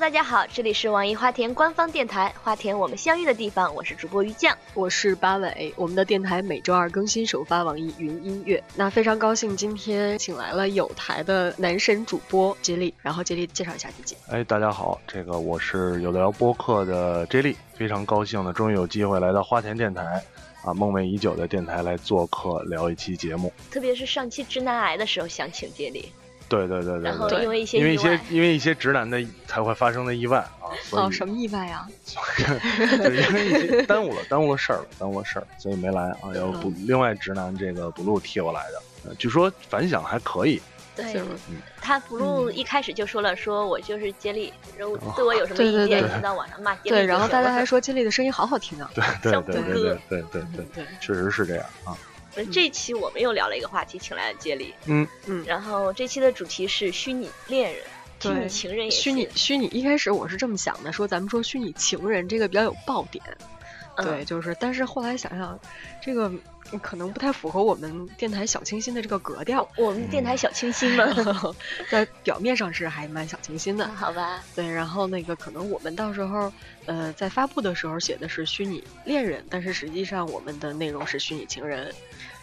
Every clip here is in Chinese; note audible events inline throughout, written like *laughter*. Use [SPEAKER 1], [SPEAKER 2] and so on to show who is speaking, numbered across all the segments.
[SPEAKER 1] 大家好，这里是网易花田官方电台《花田我们相遇的地方》，我是主播于酱。
[SPEAKER 2] 我是八尾，我们的电台每周二更新，首发网易云音乐。那非常高兴，今天请来了有台的男神主播杰力，然后杰力介绍一下自己。
[SPEAKER 3] 哎，大家好，这个我是有聊播客的 J 莉，非常高兴呢，终于有机会来到花田电台啊，梦寐已久的电台来做客聊一期节目。
[SPEAKER 1] 特别是上期直男癌的时候，想请杰里，
[SPEAKER 3] 对对对对
[SPEAKER 1] 然后
[SPEAKER 3] 对，
[SPEAKER 1] 因为一些
[SPEAKER 3] 因为
[SPEAKER 1] 意
[SPEAKER 3] 一些
[SPEAKER 1] 外，
[SPEAKER 3] 因为一些直男的才会发生的意外啊，所以、
[SPEAKER 2] 哦，什么意外啊？
[SPEAKER 3] 对，因为已经耽误了，耽误了事儿了，耽误了事儿，所以没来啊。要不
[SPEAKER 2] 嗯
[SPEAKER 3] 另外直男这个 blue 替我来的，呃据说反响还可以。 *laughs*
[SPEAKER 1] 对
[SPEAKER 2] 就是
[SPEAKER 1] 他 blue
[SPEAKER 2] 嗯
[SPEAKER 1] 一开始就说了，说我就是杰里，然后
[SPEAKER 3] 哦
[SPEAKER 1] 对我有什么
[SPEAKER 2] 对对
[SPEAKER 1] 意见，
[SPEAKER 2] 对
[SPEAKER 1] 就到网上骂杰里就行了。
[SPEAKER 2] 对，然后大家还说杰力的声音好好听啊。
[SPEAKER 3] 对对
[SPEAKER 1] 像
[SPEAKER 3] 对
[SPEAKER 1] 谷
[SPEAKER 3] 对
[SPEAKER 1] 歌
[SPEAKER 3] 对对对对，
[SPEAKER 2] 对，
[SPEAKER 3] 确实是这样啊。
[SPEAKER 1] 呃这期我们又聊了一个话题，请来了杰里，
[SPEAKER 3] 嗯
[SPEAKER 2] 嗯
[SPEAKER 1] 然后这期的主题是虚拟恋人、虚
[SPEAKER 2] 对
[SPEAKER 1] 拟情人也行
[SPEAKER 2] *laughs* 虚拟，虚拟，一开始我是这么想的，说咱们说虚拟情人这个比较有爆点，
[SPEAKER 1] 嗯
[SPEAKER 2] 对，就是，但是后来想想，这个嗯可能不太符合我们电台小清新的这个格调。
[SPEAKER 1] 我们电台小清新
[SPEAKER 2] *laughs*
[SPEAKER 1] 嘛，
[SPEAKER 2] 在表面上是还蛮小清新的，
[SPEAKER 1] 好吧，
[SPEAKER 2] 对。然后那个可能我们到时候，呃，在发布的时候写的是虚拟恋人，但是实际上我们的内容是虚拟情人，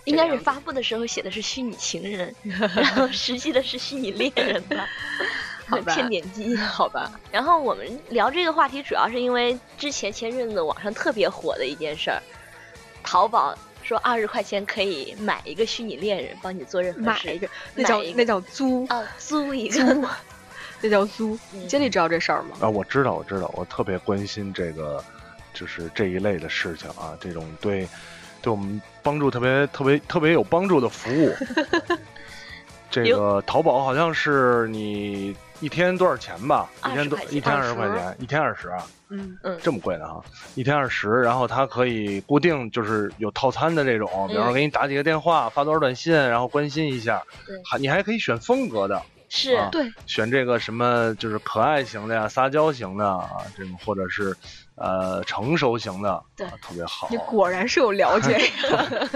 [SPEAKER 1] 应该
[SPEAKER 2] 这
[SPEAKER 1] 是
[SPEAKER 2] 个样子
[SPEAKER 1] 发布的时候写的是虚拟情人，
[SPEAKER 2] *laughs*
[SPEAKER 1] 然后实际的是虚拟恋人吧，
[SPEAKER 2] 好吧
[SPEAKER 1] 骗点击。
[SPEAKER 2] 好吧？
[SPEAKER 1] 然后我们聊这个话题，主要是因为之前前阵子网上特别火的一件事儿，淘宝说二十块钱可以买一个虚拟恋人，帮你做任何
[SPEAKER 2] 买
[SPEAKER 1] 事
[SPEAKER 2] 一，个，那叫
[SPEAKER 1] 买一个
[SPEAKER 2] 那叫啊租，
[SPEAKER 1] 啊，租一个，
[SPEAKER 2] 那叫租
[SPEAKER 1] 嗯。
[SPEAKER 2] 杰里知道这事儿吗？
[SPEAKER 3] 啊，我知道，我知道，我特别关心这个，就是这一类的事情啊，这种对，对我们帮助特别特别特别有帮助的服 *laughs* 务。这个淘宝好像是你一天多少钱吧？一天多
[SPEAKER 1] 20块，钱
[SPEAKER 3] 一天二十
[SPEAKER 2] 20
[SPEAKER 3] 块钱，一天二十啊，
[SPEAKER 2] 嗯，
[SPEAKER 3] 这么贵呢哈，一天二十，然后它可以固定就是有套餐的这种，比方说给你打几个电话，发多少短信，然后关心一下
[SPEAKER 1] 对，
[SPEAKER 3] 还你还可以选风格的，
[SPEAKER 1] 是
[SPEAKER 3] 啊
[SPEAKER 2] 对，
[SPEAKER 3] 选这个什么就是可爱型的呀、撒娇型的啊，这种或者是呃成熟型的，
[SPEAKER 1] 对
[SPEAKER 3] 啊、特别好
[SPEAKER 2] 你。果然是有了 *laughs* 解。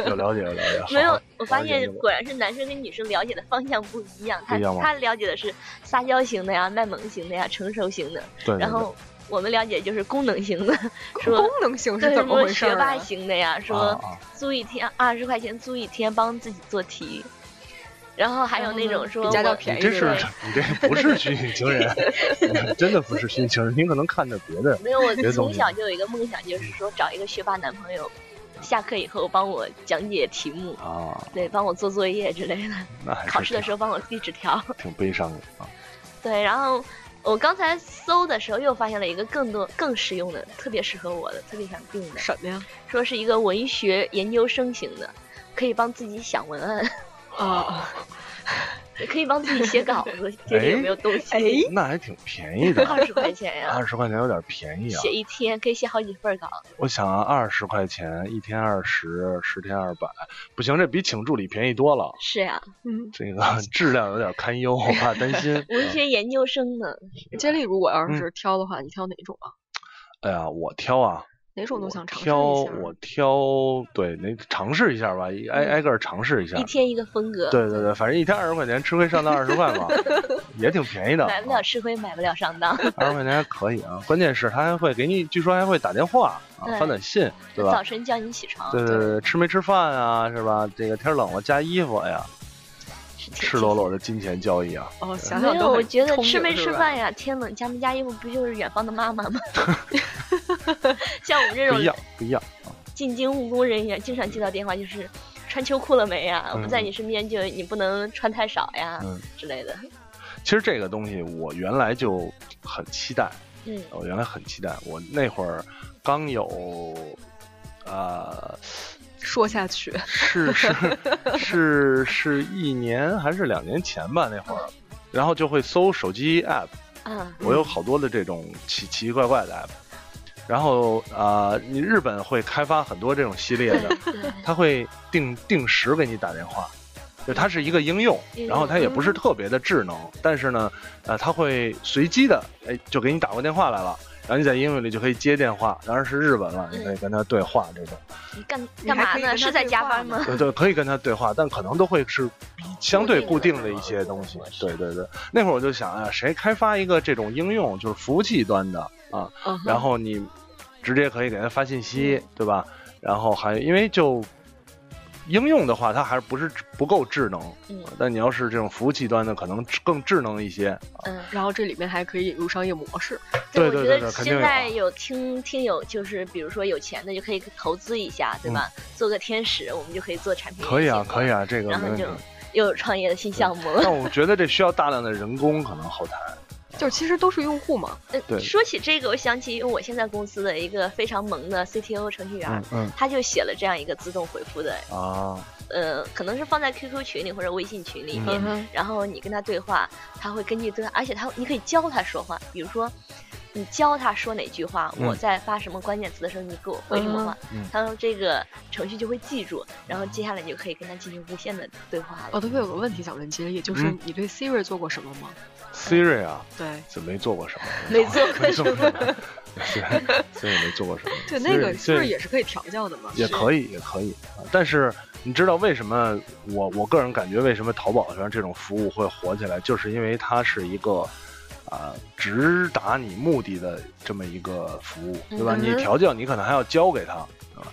[SPEAKER 3] 有了解，有
[SPEAKER 1] *laughs*
[SPEAKER 3] 了解。好
[SPEAKER 1] 没有，我发
[SPEAKER 3] 了解
[SPEAKER 1] 现
[SPEAKER 3] 这个
[SPEAKER 1] 果然是男生跟女生了解的方向不一样。
[SPEAKER 3] 不
[SPEAKER 1] 他
[SPEAKER 3] 一样吗
[SPEAKER 1] 他了解的是撒娇型的呀、卖萌型的呀、成熟型的，
[SPEAKER 3] 对，对
[SPEAKER 1] 然后我们了解就是功能型
[SPEAKER 2] *laughs*
[SPEAKER 1] 的，
[SPEAKER 2] 功
[SPEAKER 1] 说
[SPEAKER 2] 能性
[SPEAKER 1] 对什
[SPEAKER 2] 是怎么
[SPEAKER 1] 么
[SPEAKER 2] 回事
[SPEAKER 1] 学
[SPEAKER 2] 儿
[SPEAKER 1] 霸
[SPEAKER 2] 啊？
[SPEAKER 1] 型的呀，
[SPEAKER 3] 对
[SPEAKER 1] 说
[SPEAKER 3] 啊啊
[SPEAKER 1] 租一天二十块钱租一天帮自己做题，然后还有
[SPEAKER 2] 然后
[SPEAKER 1] 那
[SPEAKER 2] 呢
[SPEAKER 1] 种说
[SPEAKER 2] 嗯比家教
[SPEAKER 1] 我
[SPEAKER 2] 便
[SPEAKER 3] 你
[SPEAKER 2] 宜
[SPEAKER 3] 这
[SPEAKER 2] 的
[SPEAKER 3] 是
[SPEAKER 2] 人
[SPEAKER 3] 你这不是虚拟
[SPEAKER 1] *laughs*
[SPEAKER 3] 情人，你真的不是虚拟情人，你可能看着别的。
[SPEAKER 1] 没有，我
[SPEAKER 3] 别
[SPEAKER 1] 从
[SPEAKER 3] 总
[SPEAKER 1] 小就有一个梦想，就是说找一个学霸男朋友，下课以后帮我讲解题目，
[SPEAKER 3] 啊，
[SPEAKER 1] 对，帮我做作业之类的，
[SPEAKER 3] 那
[SPEAKER 2] 哎
[SPEAKER 3] 还是
[SPEAKER 1] 考试的
[SPEAKER 3] 挺
[SPEAKER 1] 时候帮我递纸条。
[SPEAKER 3] 挺悲伤的啊。
[SPEAKER 1] 对，然后我刚才搜的时候又发现了一个更多更实用的，特别适合我的，特别想定的，
[SPEAKER 2] 什么呀？
[SPEAKER 1] 说是一个文学研究生型的，可以帮自己想文案， *laughs*
[SPEAKER 2] 啊，
[SPEAKER 1] 可以帮自己写稿
[SPEAKER 3] *laughs*
[SPEAKER 1] 子，觉得有没有东
[SPEAKER 2] 哎
[SPEAKER 1] 西？
[SPEAKER 3] 那还挺
[SPEAKER 1] *laughs*
[SPEAKER 3] 便宜的，
[SPEAKER 1] 二十块钱呀、
[SPEAKER 3] 二十块钱有点便宜啊。
[SPEAKER 1] 写一天可以写好几份稿。
[SPEAKER 3] 我想啊，二十块钱一天二十，十天二百，不行，这比请助理便宜多了。
[SPEAKER 1] 是呀、
[SPEAKER 2] *laughs* 嗯，
[SPEAKER 3] 这个 *laughs* 质量有点堪忧，我怕担心。嗯
[SPEAKER 1] 文学研究生呢，
[SPEAKER 2] 接力如果要是挑的话，你挑哪种啊？
[SPEAKER 3] 哎呀，我挑啊，
[SPEAKER 2] 哪种都想尝试一下。
[SPEAKER 3] 挑我挑，对，那尝试一下吧，一挨挨个儿尝试一下
[SPEAKER 1] 一。天一个风格，
[SPEAKER 3] 啊对对对，反正一天二十块钱，吃亏上当二十块嘛，也挺便宜的。啊
[SPEAKER 1] 买不了吃亏，买不了上当，
[SPEAKER 3] 二十块钱还可以啊，关键是他还会给你，据说还会打电话啊
[SPEAKER 1] 对，
[SPEAKER 3] 发短信， *laughs* 对吧
[SPEAKER 1] 早？晨叫你起床，
[SPEAKER 3] 对对对，吃没吃饭啊，是吧？这个天冷了加衣服，哎呀，
[SPEAKER 1] 是挺
[SPEAKER 3] 赤裸。裸的金钱交易啊！
[SPEAKER 2] 哦，想
[SPEAKER 1] 没
[SPEAKER 2] 想
[SPEAKER 1] 有，
[SPEAKER 2] 都
[SPEAKER 1] 我
[SPEAKER 2] 很
[SPEAKER 1] 觉得
[SPEAKER 2] 憧
[SPEAKER 1] 吃
[SPEAKER 2] 憬
[SPEAKER 1] 没
[SPEAKER 2] 是
[SPEAKER 1] 吃
[SPEAKER 2] 吧
[SPEAKER 1] 饭呀，天冷加没加衣服，不就是远方的妈妈
[SPEAKER 3] *laughs*
[SPEAKER 1] 吗？ *laughs* 像我们这
[SPEAKER 3] 不
[SPEAKER 1] 种
[SPEAKER 3] 一样，不一样。
[SPEAKER 1] 进京务工人员，经常接到电话就是。穿秋裤了没呀？我不在
[SPEAKER 3] 嗯
[SPEAKER 1] 你身边就你不能穿太少呀、
[SPEAKER 3] 嗯
[SPEAKER 1] 之类的。
[SPEAKER 3] 其实这个东西我原来就很期待，
[SPEAKER 1] 嗯，
[SPEAKER 3] 我原来很期待。我那会儿刚有，呃，
[SPEAKER 2] 说下去，
[SPEAKER 3] 是是是是一年还是两年前吧，那会儿，然后就会搜手机 app，
[SPEAKER 1] 啊，
[SPEAKER 3] 我有好多的这种奇奇奇怪怪的 app，然后啊、呃你日本会开发很多这种系列的，它会定定时给你打电话。就它是一个应用
[SPEAKER 1] 应，用
[SPEAKER 3] 然后它也不是特别的智能，但是呢，呃，它会随机的，哎，就给你打过电话来了，然后你在英语里就可以接电话，当然是日文了，你可以跟他对话这种。 *laughs*
[SPEAKER 1] 你干
[SPEAKER 2] 你
[SPEAKER 1] 干
[SPEAKER 2] 还
[SPEAKER 1] 嘛
[SPEAKER 2] 可以跟
[SPEAKER 1] 呢？
[SPEAKER 2] 他
[SPEAKER 1] 是在
[SPEAKER 2] 对
[SPEAKER 1] 加
[SPEAKER 2] 话
[SPEAKER 1] 班
[SPEAKER 2] 呢
[SPEAKER 1] 吗？
[SPEAKER 3] 对对，可以跟他对话，但可能都会是相对固
[SPEAKER 1] 固定
[SPEAKER 3] 定
[SPEAKER 1] 的
[SPEAKER 3] 的一些东西
[SPEAKER 1] 固定的。
[SPEAKER 3] 对对对，那会儿我就想啊，谁开发一个这种应用，就是服务器端的啊，
[SPEAKER 2] 嗯哼
[SPEAKER 3] 然后你直接可以给他发信息，对吧？然后还因为就应用的话，它还是不是不够智能，
[SPEAKER 1] 嗯
[SPEAKER 3] 但你要是这种服务器端的，可能更智能一些。
[SPEAKER 1] 嗯，
[SPEAKER 2] 然后这里面还可以引入商业模式，
[SPEAKER 3] 对
[SPEAKER 1] 我
[SPEAKER 3] 对
[SPEAKER 1] 觉
[SPEAKER 3] 对
[SPEAKER 1] 得
[SPEAKER 3] 对肯定
[SPEAKER 1] 现在
[SPEAKER 3] 有啊
[SPEAKER 1] 有听听友，就是比如说有钱的就可以投资一下，对吧？做个天使，我们就可以做产品。
[SPEAKER 3] 嗯可以啊，可以。啊，这个
[SPEAKER 1] 然
[SPEAKER 3] 没
[SPEAKER 1] 后
[SPEAKER 3] 问题
[SPEAKER 1] 就。又有创业的新项目了。
[SPEAKER 3] 但我觉得这需要大量的人工，可能后
[SPEAKER 1] *laughs*
[SPEAKER 3] 台。
[SPEAKER 2] 就是其实都是用户嘛。
[SPEAKER 1] 呃
[SPEAKER 3] 对
[SPEAKER 1] 说起这个，我想起我现在公司的一个非常萌的 CTO 程序员，
[SPEAKER 3] 嗯嗯
[SPEAKER 1] 他就写了这样一个自动回复的，
[SPEAKER 3] 啊，
[SPEAKER 1] 呃，可能是放在 QQ 群里或者微信群里面，
[SPEAKER 3] 嗯
[SPEAKER 2] 哼，
[SPEAKER 1] 然后你跟他对话，他会根据对话，而且他你可以教他说话，比如说你教他说哪句话，
[SPEAKER 3] 嗯
[SPEAKER 1] 我在发什么关键词的时候，你给我回什么话，
[SPEAKER 3] 嗯嗯
[SPEAKER 1] 他说这个程序就会记住，然后接下来你就可以跟他进行无限的对话了。
[SPEAKER 2] 哦我特别有个问题想问杰力，就是
[SPEAKER 3] 嗯
[SPEAKER 2] 你对 Siri 做过什么吗？
[SPEAKER 3] Siri 啊，
[SPEAKER 2] 对，
[SPEAKER 3] 这没做过什么，
[SPEAKER 1] 没做过
[SPEAKER 3] 没做过什 *laughs* 么，是，所以没做过什么。
[SPEAKER 2] 对，那个
[SPEAKER 3] Siri-
[SPEAKER 2] Siri 也是可以调教的嘛。
[SPEAKER 3] 也可以，也可以。啊但是你知道为什么我我个人感觉为什么淘宝上这种服务会火起来，就是因为它是一个啊、直达你目的的这么一个服务，对吧？
[SPEAKER 2] 嗯
[SPEAKER 3] 你调教你可能还要教给他，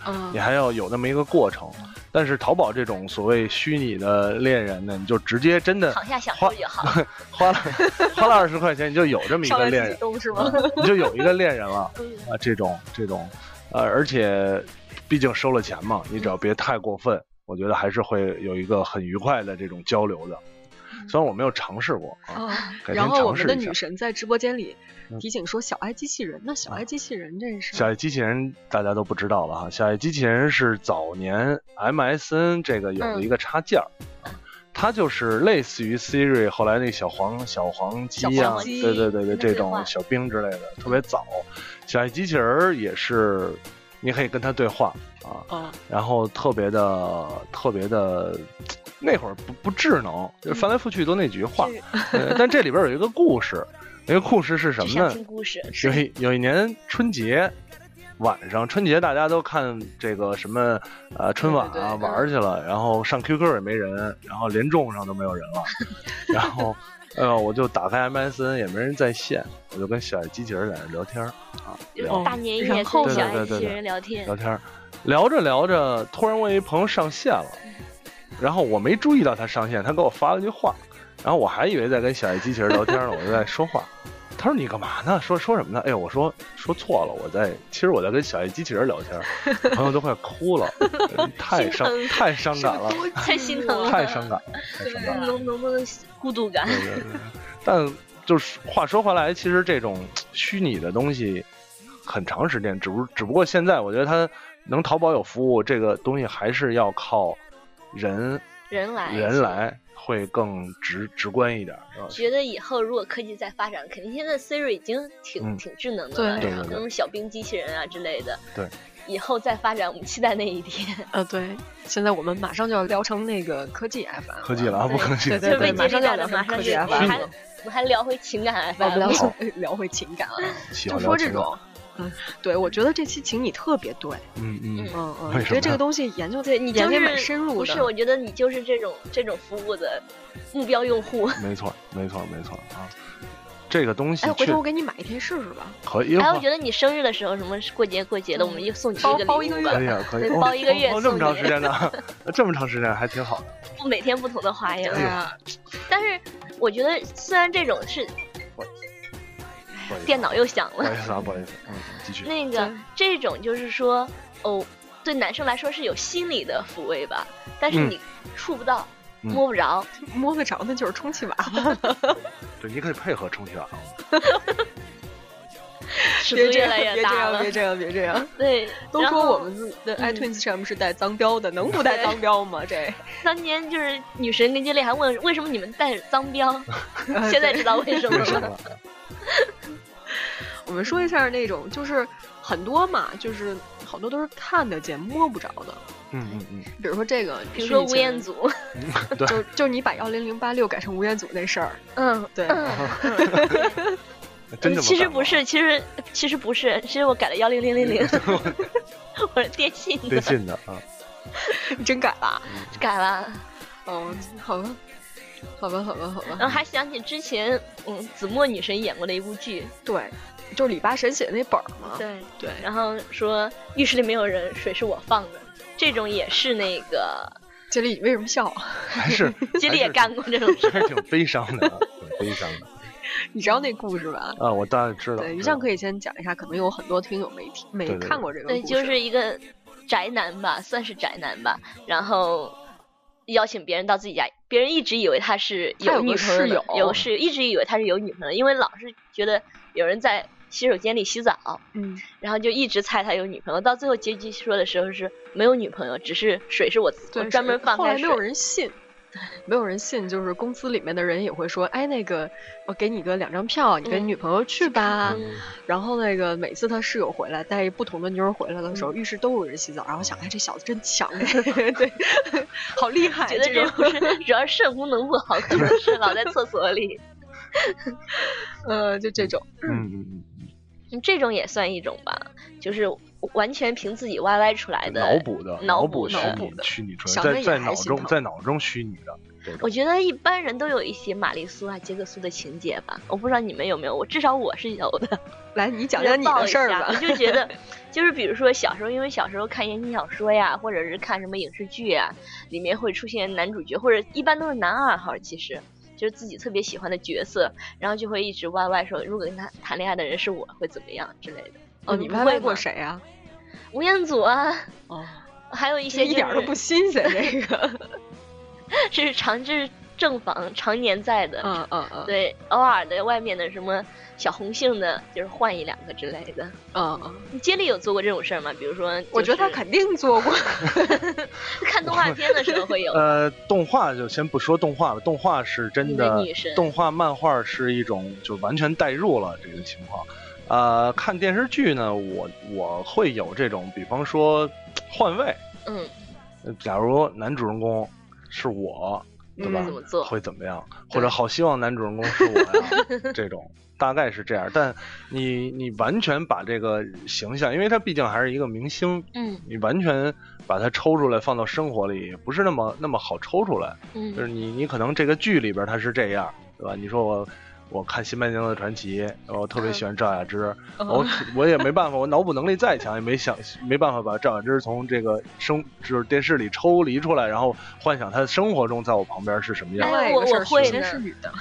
[SPEAKER 2] 嗯
[SPEAKER 3] 你，还要有那么一个过程。但是淘宝这种所谓虚拟的恋人呢，你就直接真的
[SPEAKER 1] 躺下享受就好，
[SPEAKER 3] 花了花了二十块钱，你就有这么一
[SPEAKER 2] 上
[SPEAKER 3] 个
[SPEAKER 2] 来
[SPEAKER 3] 恋
[SPEAKER 2] 自
[SPEAKER 3] 人
[SPEAKER 2] 己，动是吗
[SPEAKER 3] 啊？你就有一个恋人了
[SPEAKER 1] 嗯
[SPEAKER 3] 啊，这种这种，呃，而且毕竟收了钱嘛，你只要别太过分，我觉得还是会有一个很愉快的这种交流的。虽然我没有尝试过
[SPEAKER 2] 啊。
[SPEAKER 3] 啊，改
[SPEAKER 2] 嗯
[SPEAKER 3] 天
[SPEAKER 2] 然后我
[SPEAKER 3] 尝试
[SPEAKER 2] 们的
[SPEAKER 3] 一下
[SPEAKER 2] 女。神在直播间里
[SPEAKER 3] 嗯
[SPEAKER 2] 提醒说，小爱机器人，那小
[SPEAKER 3] 啊
[SPEAKER 2] 爱机器人这是
[SPEAKER 3] 小爱机器人大家都不知道了哈，小爱机器人是早年 MSN 这个有
[SPEAKER 2] 嗯
[SPEAKER 3] 的一个插件儿。啊它就是类似于 Siri 后来那小黄小黄鸡
[SPEAKER 2] 小
[SPEAKER 3] 呀、
[SPEAKER 2] 黄嗯鸡
[SPEAKER 3] 对对对对，
[SPEAKER 1] 跟它对
[SPEAKER 3] 这种
[SPEAKER 1] 话
[SPEAKER 3] 小兵之类的，特别早。小爱机器人儿也是，你可以跟它对话啊，
[SPEAKER 2] 哦，
[SPEAKER 3] 然后特别的特别的，那会儿不不智能，就是翻来覆去都那几句话
[SPEAKER 1] 就。是
[SPEAKER 3] *laughs* 呃但这里边有一个故事，那个故事是什
[SPEAKER 1] 就
[SPEAKER 3] 么
[SPEAKER 1] 像
[SPEAKER 3] 呢？
[SPEAKER 1] 听故事。
[SPEAKER 3] 有一有一年春节晚上，春节大家都看这个什么呃春晚
[SPEAKER 2] 对
[SPEAKER 3] 啊
[SPEAKER 2] 对对
[SPEAKER 3] 玩儿去了，然后上 QQ 也没人，然后联众上都没有人了，然后呃我就打开 MSN 也没人在线，我就跟小机器人在那聊天儿啊
[SPEAKER 1] 就是
[SPEAKER 3] 聊
[SPEAKER 1] 大年夜
[SPEAKER 2] 然
[SPEAKER 1] 跟
[SPEAKER 2] 后
[SPEAKER 1] 小
[SPEAKER 3] 对对
[SPEAKER 1] 爱
[SPEAKER 3] 对
[SPEAKER 1] 机器
[SPEAKER 3] 对
[SPEAKER 1] 人聊天
[SPEAKER 3] 聊，天儿，聊着聊着突然我一朋友上线了，然后我没注意到他上线，他给我发了句话，然后我还以为在跟小爱机器人聊天呢，我就在说话。他说你干嘛呢？说说什么呢？哎呦，我说说错了，我在其实我在跟小爱机器人聊天，朋友都快哭
[SPEAKER 1] *laughs*
[SPEAKER 3] 了，呃太
[SPEAKER 1] 心
[SPEAKER 3] 伤
[SPEAKER 1] 疼
[SPEAKER 3] 太伤感了，
[SPEAKER 1] 太心疼了，
[SPEAKER 3] 太伤感，太伤感了。
[SPEAKER 1] 浓浓的孤独感。
[SPEAKER 3] 对 *laughs* 对对，但就是话说回来，其实这种虚拟的东西很长时间，只不只不过现在我觉得它能淘宝有服务，这个东西还是要靠人
[SPEAKER 1] 人来
[SPEAKER 3] 人来会更直直观一点，啊是吧？
[SPEAKER 1] 觉得以后如果科技再发展，肯定现在 Siri 已经挺、
[SPEAKER 3] 嗯
[SPEAKER 1] 挺智能的了，
[SPEAKER 2] 对
[SPEAKER 1] 然后
[SPEAKER 3] 对对对
[SPEAKER 1] 那种小兵机器人啊之类的。
[SPEAKER 3] 对，
[SPEAKER 1] 以后再发展，我们期待那一天。
[SPEAKER 2] 呃，对，现在我们马上就要聊成那个科技 FM
[SPEAKER 3] 科技了啊，不可能
[SPEAKER 2] 对
[SPEAKER 1] *laughs*
[SPEAKER 3] 行，
[SPEAKER 2] 对
[SPEAKER 1] 就被
[SPEAKER 2] 对，马
[SPEAKER 1] 接
[SPEAKER 2] 上
[SPEAKER 1] 力
[SPEAKER 2] 就
[SPEAKER 1] 带
[SPEAKER 2] 要聊
[SPEAKER 1] 的，
[SPEAKER 2] 成
[SPEAKER 1] 马
[SPEAKER 2] 科
[SPEAKER 1] 上
[SPEAKER 2] 技
[SPEAKER 1] 就我
[SPEAKER 2] FM
[SPEAKER 1] 们还
[SPEAKER 2] 了。
[SPEAKER 1] 我们还聊回情感啊
[SPEAKER 2] 我们
[SPEAKER 1] FM，
[SPEAKER 2] 聊
[SPEAKER 3] 好
[SPEAKER 2] 聊回情感了，
[SPEAKER 3] 喜
[SPEAKER 2] 就
[SPEAKER 3] 欢
[SPEAKER 2] 说
[SPEAKER 3] 聊
[SPEAKER 2] 这
[SPEAKER 3] 情感，
[SPEAKER 2] 种，嗯，对，我觉得这期情你特别对，
[SPEAKER 3] 嗯嗯
[SPEAKER 1] 嗯，
[SPEAKER 2] 嗯嗯，
[SPEAKER 3] 为
[SPEAKER 2] 我
[SPEAKER 3] 什
[SPEAKER 2] 觉得
[SPEAKER 3] 么
[SPEAKER 2] 这
[SPEAKER 3] 呀
[SPEAKER 2] 个东西研究
[SPEAKER 1] 对你
[SPEAKER 2] 研
[SPEAKER 1] 就
[SPEAKER 2] 究
[SPEAKER 1] 是
[SPEAKER 2] 蛮深入
[SPEAKER 1] 不
[SPEAKER 2] 的
[SPEAKER 1] 是，，我觉得你就是这种这种服务的目标用户。
[SPEAKER 3] 没错没错没错啊，这个东西
[SPEAKER 2] 哎，回
[SPEAKER 3] 确
[SPEAKER 2] 头我给你买一天试试吧，
[SPEAKER 3] 可以，
[SPEAKER 1] 哎，我觉得你生日的时候，什么过节过节的，
[SPEAKER 2] 嗯
[SPEAKER 1] 我们就送你
[SPEAKER 2] 包
[SPEAKER 1] 一个
[SPEAKER 2] 包
[SPEAKER 1] 礼
[SPEAKER 2] 一个
[SPEAKER 1] 物
[SPEAKER 2] 月
[SPEAKER 1] 吧
[SPEAKER 3] 可以。啊可以，
[SPEAKER 1] 对
[SPEAKER 3] 哦
[SPEAKER 1] 包一个月
[SPEAKER 3] 哦哦这
[SPEAKER 1] 送
[SPEAKER 3] 么长
[SPEAKER 1] 你
[SPEAKER 3] 时间呢， *laughs* 这么长时间还挺好，
[SPEAKER 1] 不每天不同的花样。
[SPEAKER 3] 哎呦
[SPEAKER 2] 啊，
[SPEAKER 1] 但是我觉得，虽然这种是
[SPEAKER 3] 不好意思
[SPEAKER 1] 电脑又响
[SPEAKER 3] 不好
[SPEAKER 1] 了，
[SPEAKER 3] 意思啊不好意思，嗯，继续，
[SPEAKER 1] 那个这种就是说，哦，对男生来说是有心理的抚慰吧，但是
[SPEAKER 3] 嗯
[SPEAKER 1] 你触不到，
[SPEAKER 3] 嗯
[SPEAKER 1] 摸不着，
[SPEAKER 2] 摸得着那就是充气娃
[SPEAKER 1] *laughs*
[SPEAKER 2] 娃，
[SPEAKER 3] 对，你可以配合充气娃娃。
[SPEAKER 1] 尺
[SPEAKER 2] 别
[SPEAKER 1] 度
[SPEAKER 2] 这
[SPEAKER 1] 越
[SPEAKER 2] 样，
[SPEAKER 1] 来
[SPEAKER 2] 别
[SPEAKER 1] 越
[SPEAKER 2] 这
[SPEAKER 1] 大
[SPEAKER 2] 样，
[SPEAKER 1] 了
[SPEAKER 2] 别。这样，别
[SPEAKER 1] *laughs*
[SPEAKER 2] 这样。
[SPEAKER 1] 对，
[SPEAKER 2] 都
[SPEAKER 1] 然
[SPEAKER 2] 说
[SPEAKER 1] 后
[SPEAKER 2] 我们的
[SPEAKER 1] 嗯
[SPEAKER 2] iTunes 上面是带脏标的，能不带脏标吗？
[SPEAKER 1] *laughs*
[SPEAKER 2] 这
[SPEAKER 1] 当年就是女神跟接力还问为什么你们带着脏
[SPEAKER 2] *laughs*
[SPEAKER 1] 标，
[SPEAKER 2] 呃啊
[SPEAKER 1] 现在知道为什么
[SPEAKER 3] 为什
[SPEAKER 1] 了。
[SPEAKER 3] 么？
[SPEAKER 2] 我们说一下那种，就是很多嘛，就是好多都是看得见摸不着的，
[SPEAKER 3] 嗯嗯嗯，
[SPEAKER 2] 比如说这个，
[SPEAKER 1] 比如说
[SPEAKER 2] 是以
[SPEAKER 1] 吴
[SPEAKER 2] 前
[SPEAKER 1] 彦，祖，
[SPEAKER 2] *laughs*
[SPEAKER 3] 对，
[SPEAKER 2] 哦就就你把幺零零八六改成吴彦祖那事儿，
[SPEAKER 1] 嗯，
[SPEAKER 2] 对，
[SPEAKER 1] 嗯
[SPEAKER 3] 真的吗？
[SPEAKER 1] 其实不是，其实其实不是，其实我改了幺零零
[SPEAKER 2] *laughs*
[SPEAKER 1] 零零，我是电信的，
[SPEAKER 3] 电信的啊，嗯
[SPEAKER 2] 你真改了？
[SPEAKER 1] 改了。
[SPEAKER 2] 哦，好吧，好吧，好吧，好吧。
[SPEAKER 1] 然后还想起之前，嗯，子墨女神演过的一部剧，
[SPEAKER 2] 对，就是李八神写的那本儿嘛。
[SPEAKER 1] 对，
[SPEAKER 2] 啊对，
[SPEAKER 1] 然后说浴室里没有人，水是我放的，这种也是那个
[SPEAKER 2] 经理，你为什么笑？啊
[SPEAKER 3] 还是
[SPEAKER 1] 接力也干过这种事，
[SPEAKER 3] *laughs* 还是挺悲伤的，啊，挺悲伤的
[SPEAKER 2] 你知道那故事吧？
[SPEAKER 3] 啊。我大概知道，
[SPEAKER 2] 对，于
[SPEAKER 3] 知
[SPEAKER 2] 酱
[SPEAKER 3] 道
[SPEAKER 2] 可以先讲一下，可能有很多听友没听、没
[SPEAKER 3] 对对对
[SPEAKER 2] 看过这个故
[SPEAKER 1] 对，
[SPEAKER 2] 事。
[SPEAKER 1] 就是一个宅男吧，算是宅男吧，然后邀请别人到自己家，别人一直以为他是
[SPEAKER 2] 他有个
[SPEAKER 1] 女朋友的，
[SPEAKER 2] 室
[SPEAKER 1] 有
[SPEAKER 2] 友
[SPEAKER 1] 室，一直以为他是有女朋友，因为老是觉得有人在洗手间里洗澡，
[SPEAKER 2] 嗯，
[SPEAKER 1] 然后就一直猜他有女朋友，到最后结局说的时候是没有女朋友，只是水是我自我
[SPEAKER 2] 对，
[SPEAKER 1] 专门
[SPEAKER 2] 是
[SPEAKER 1] 放
[SPEAKER 2] 后来
[SPEAKER 1] 开
[SPEAKER 2] 没
[SPEAKER 1] 水
[SPEAKER 2] 有。人信， *laughs* 没有人信，就是公司里面的人也会说，哎，那个我给你个两张票，你跟
[SPEAKER 1] 嗯
[SPEAKER 2] 女朋友去吧。
[SPEAKER 3] 嗯
[SPEAKER 2] 然后那个每次他室友回来带不同的妞儿回来的时候，
[SPEAKER 1] 嗯
[SPEAKER 2] 浴室都有人洗澡，然后
[SPEAKER 3] 哦
[SPEAKER 2] 想，哎， *laughs* 这小子
[SPEAKER 1] *laughs*
[SPEAKER 2] 真强，对，好厉害，
[SPEAKER 1] 觉得这
[SPEAKER 2] 种
[SPEAKER 1] 不是，主要是肾功能不好，可能是老在厕所里，
[SPEAKER 2] 呃，就这种，
[SPEAKER 3] 嗯嗯
[SPEAKER 1] *laughs* 嗯这种也算一种吧，就是完全凭自己 YY 出来
[SPEAKER 3] 嗯，
[SPEAKER 1] 的
[SPEAKER 3] 脑补的，
[SPEAKER 1] 脑
[SPEAKER 3] 补
[SPEAKER 1] 补
[SPEAKER 3] 虚
[SPEAKER 1] 的
[SPEAKER 2] 脑补
[SPEAKER 3] 拟
[SPEAKER 2] 的
[SPEAKER 3] 虚拟出来，
[SPEAKER 2] 想
[SPEAKER 3] 在
[SPEAKER 2] 着
[SPEAKER 3] 在
[SPEAKER 2] 也还
[SPEAKER 3] 脑
[SPEAKER 2] 心
[SPEAKER 3] 中
[SPEAKER 2] 疼
[SPEAKER 3] 在脑中虚拟的这种
[SPEAKER 1] 我觉得一般人都有一些玛丽苏啊、杰克苏的情节吧，我不知道你们有没有，我至少我是有的。
[SPEAKER 2] 来，你讲
[SPEAKER 1] 就
[SPEAKER 2] 讲你
[SPEAKER 1] 报
[SPEAKER 2] 的
[SPEAKER 1] 一
[SPEAKER 2] 事儿
[SPEAKER 1] 下
[SPEAKER 2] 吧
[SPEAKER 1] 我。就觉得，就是比如说小时候，因为小时候看言情小说呀，或者是看什么影视剧啊，里面会出现男主角，或者一般都是男二号，其实就是自己特别喜欢的角色，然后就会一直 YY 说，如果跟他谈恋爱的人是我，会怎么样之类的。
[SPEAKER 2] 哦，你
[SPEAKER 1] 们嗯
[SPEAKER 2] 拍
[SPEAKER 1] 不
[SPEAKER 2] 拍
[SPEAKER 1] 会
[SPEAKER 2] 过
[SPEAKER 1] 吗？
[SPEAKER 2] 谁啊？
[SPEAKER 1] 吴彦祖啊，
[SPEAKER 2] 哦，
[SPEAKER 1] 还有一些、
[SPEAKER 2] 这一点儿都不新鲜，这个， *laughs*
[SPEAKER 1] 是长治正房常年在的，
[SPEAKER 2] 嗯嗯嗯，，
[SPEAKER 1] 对，偶尔的外面的什么小红杏的，就是换一两个之类的。
[SPEAKER 2] 嗯嗯，
[SPEAKER 1] 你接力有做过这种事儿吗？比如说、就是，
[SPEAKER 2] 我觉得他肯定做过，
[SPEAKER 1] *laughs* 看动画片的时候会
[SPEAKER 3] *laughs*
[SPEAKER 1] 有，
[SPEAKER 3] 呃，动画就先不说动画了，动画是真
[SPEAKER 1] 因
[SPEAKER 3] 的
[SPEAKER 1] 为女神，
[SPEAKER 3] 动画漫画是一种就完全代入了这个情况。呃，看电视剧呢，我我会有这种，比方说换位，
[SPEAKER 1] 嗯，
[SPEAKER 3] 呃假如男主人公是我，对吧？
[SPEAKER 1] 嗯怎么做
[SPEAKER 3] 会怎么样？
[SPEAKER 1] 对
[SPEAKER 3] 或者好希望男主人公是我
[SPEAKER 1] *laughs*
[SPEAKER 3] 呀，这种大概是这样。但你你完全把这个形象，因为他毕竟还是一个明星，
[SPEAKER 1] 嗯
[SPEAKER 3] 你完全把它抽出来放到生活里，也不是那么那么好抽出来。就
[SPEAKER 1] 嗯
[SPEAKER 3] 是你你可能这个剧里边它是这样，对吧？你说我我看《新白娘子传奇》，我特别喜欢赵雅芝，我我也没办法，我脑补能力再强也没想没办法把赵雅芝从这个生就是电视里抽离出来，然后幻想她生活中在我旁边是什么样
[SPEAKER 2] 另
[SPEAKER 1] 哎。
[SPEAKER 2] 外一
[SPEAKER 1] 我
[SPEAKER 2] 个事
[SPEAKER 1] 我
[SPEAKER 2] 儿，
[SPEAKER 1] 会
[SPEAKER 2] 许仙
[SPEAKER 1] 呢
[SPEAKER 2] 是女的，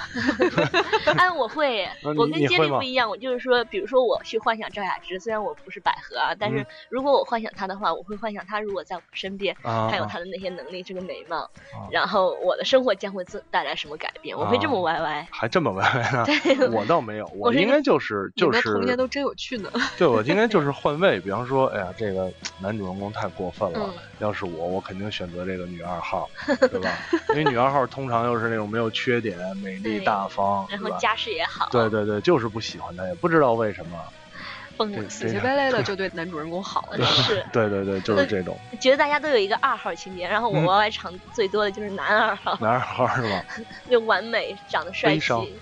[SPEAKER 1] 哎，我会
[SPEAKER 3] *laughs*
[SPEAKER 1] 耶，
[SPEAKER 3] 嗯
[SPEAKER 1] 我
[SPEAKER 3] 你
[SPEAKER 1] 跟
[SPEAKER 3] 你
[SPEAKER 1] 接
[SPEAKER 3] 会
[SPEAKER 1] 力
[SPEAKER 3] 吗
[SPEAKER 1] 不一样，我就是说，比如说我去幻想赵雅芝，虽然我不是百合啊，但是
[SPEAKER 3] 嗯
[SPEAKER 1] 如果我幻想她的话，我会幻想她如果在我身边，
[SPEAKER 3] 啊，
[SPEAKER 1] 她有
[SPEAKER 3] 啊
[SPEAKER 1] 她的那些能力，这个美貌
[SPEAKER 3] 啊，
[SPEAKER 1] 然后我的生活将会自带来什么改变，我会这么 YY
[SPEAKER 3] 还这么歪歪呢？我倒没有，我
[SPEAKER 1] 我是一
[SPEAKER 3] 应
[SPEAKER 1] 个
[SPEAKER 3] 该就是
[SPEAKER 2] 你
[SPEAKER 3] 就
[SPEAKER 2] 们的
[SPEAKER 3] 是
[SPEAKER 2] 童年都真有趣呢。
[SPEAKER 3] 对，我应该就是换位，比方说，哎呀，这个男主人公太过分了，
[SPEAKER 1] 嗯
[SPEAKER 3] 要是我，我肯定选择这个女二号，
[SPEAKER 1] *laughs*
[SPEAKER 3] 对吧？因为女二号通常又是那种没有缺点、美丽
[SPEAKER 1] 对
[SPEAKER 3] 大方，
[SPEAKER 1] 然
[SPEAKER 3] 对
[SPEAKER 1] 后
[SPEAKER 3] 吧？
[SPEAKER 1] 家世也好，
[SPEAKER 3] 对对对，就是不喜欢她，也不知道为什么。
[SPEAKER 1] 疯
[SPEAKER 3] 这
[SPEAKER 1] 了。
[SPEAKER 2] 死
[SPEAKER 3] 这
[SPEAKER 2] 乞
[SPEAKER 3] 样
[SPEAKER 2] 白赖的就对男主人公好 *laughs* 了，
[SPEAKER 1] 嗯是，
[SPEAKER 3] 对对对，就是这种
[SPEAKER 1] 觉得大家都有一个二号情节，然后我
[SPEAKER 3] 嗯
[SPEAKER 1] YY 场最多的就是男二号，
[SPEAKER 3] 男二号是
[SPEAKER 1] *laughs*
[SPEAKER 3] 吧？
[SPEAKER 1] 又完美，长得帅
[SPEAKER 3] 悲伤
[SPEAKER 1] 气，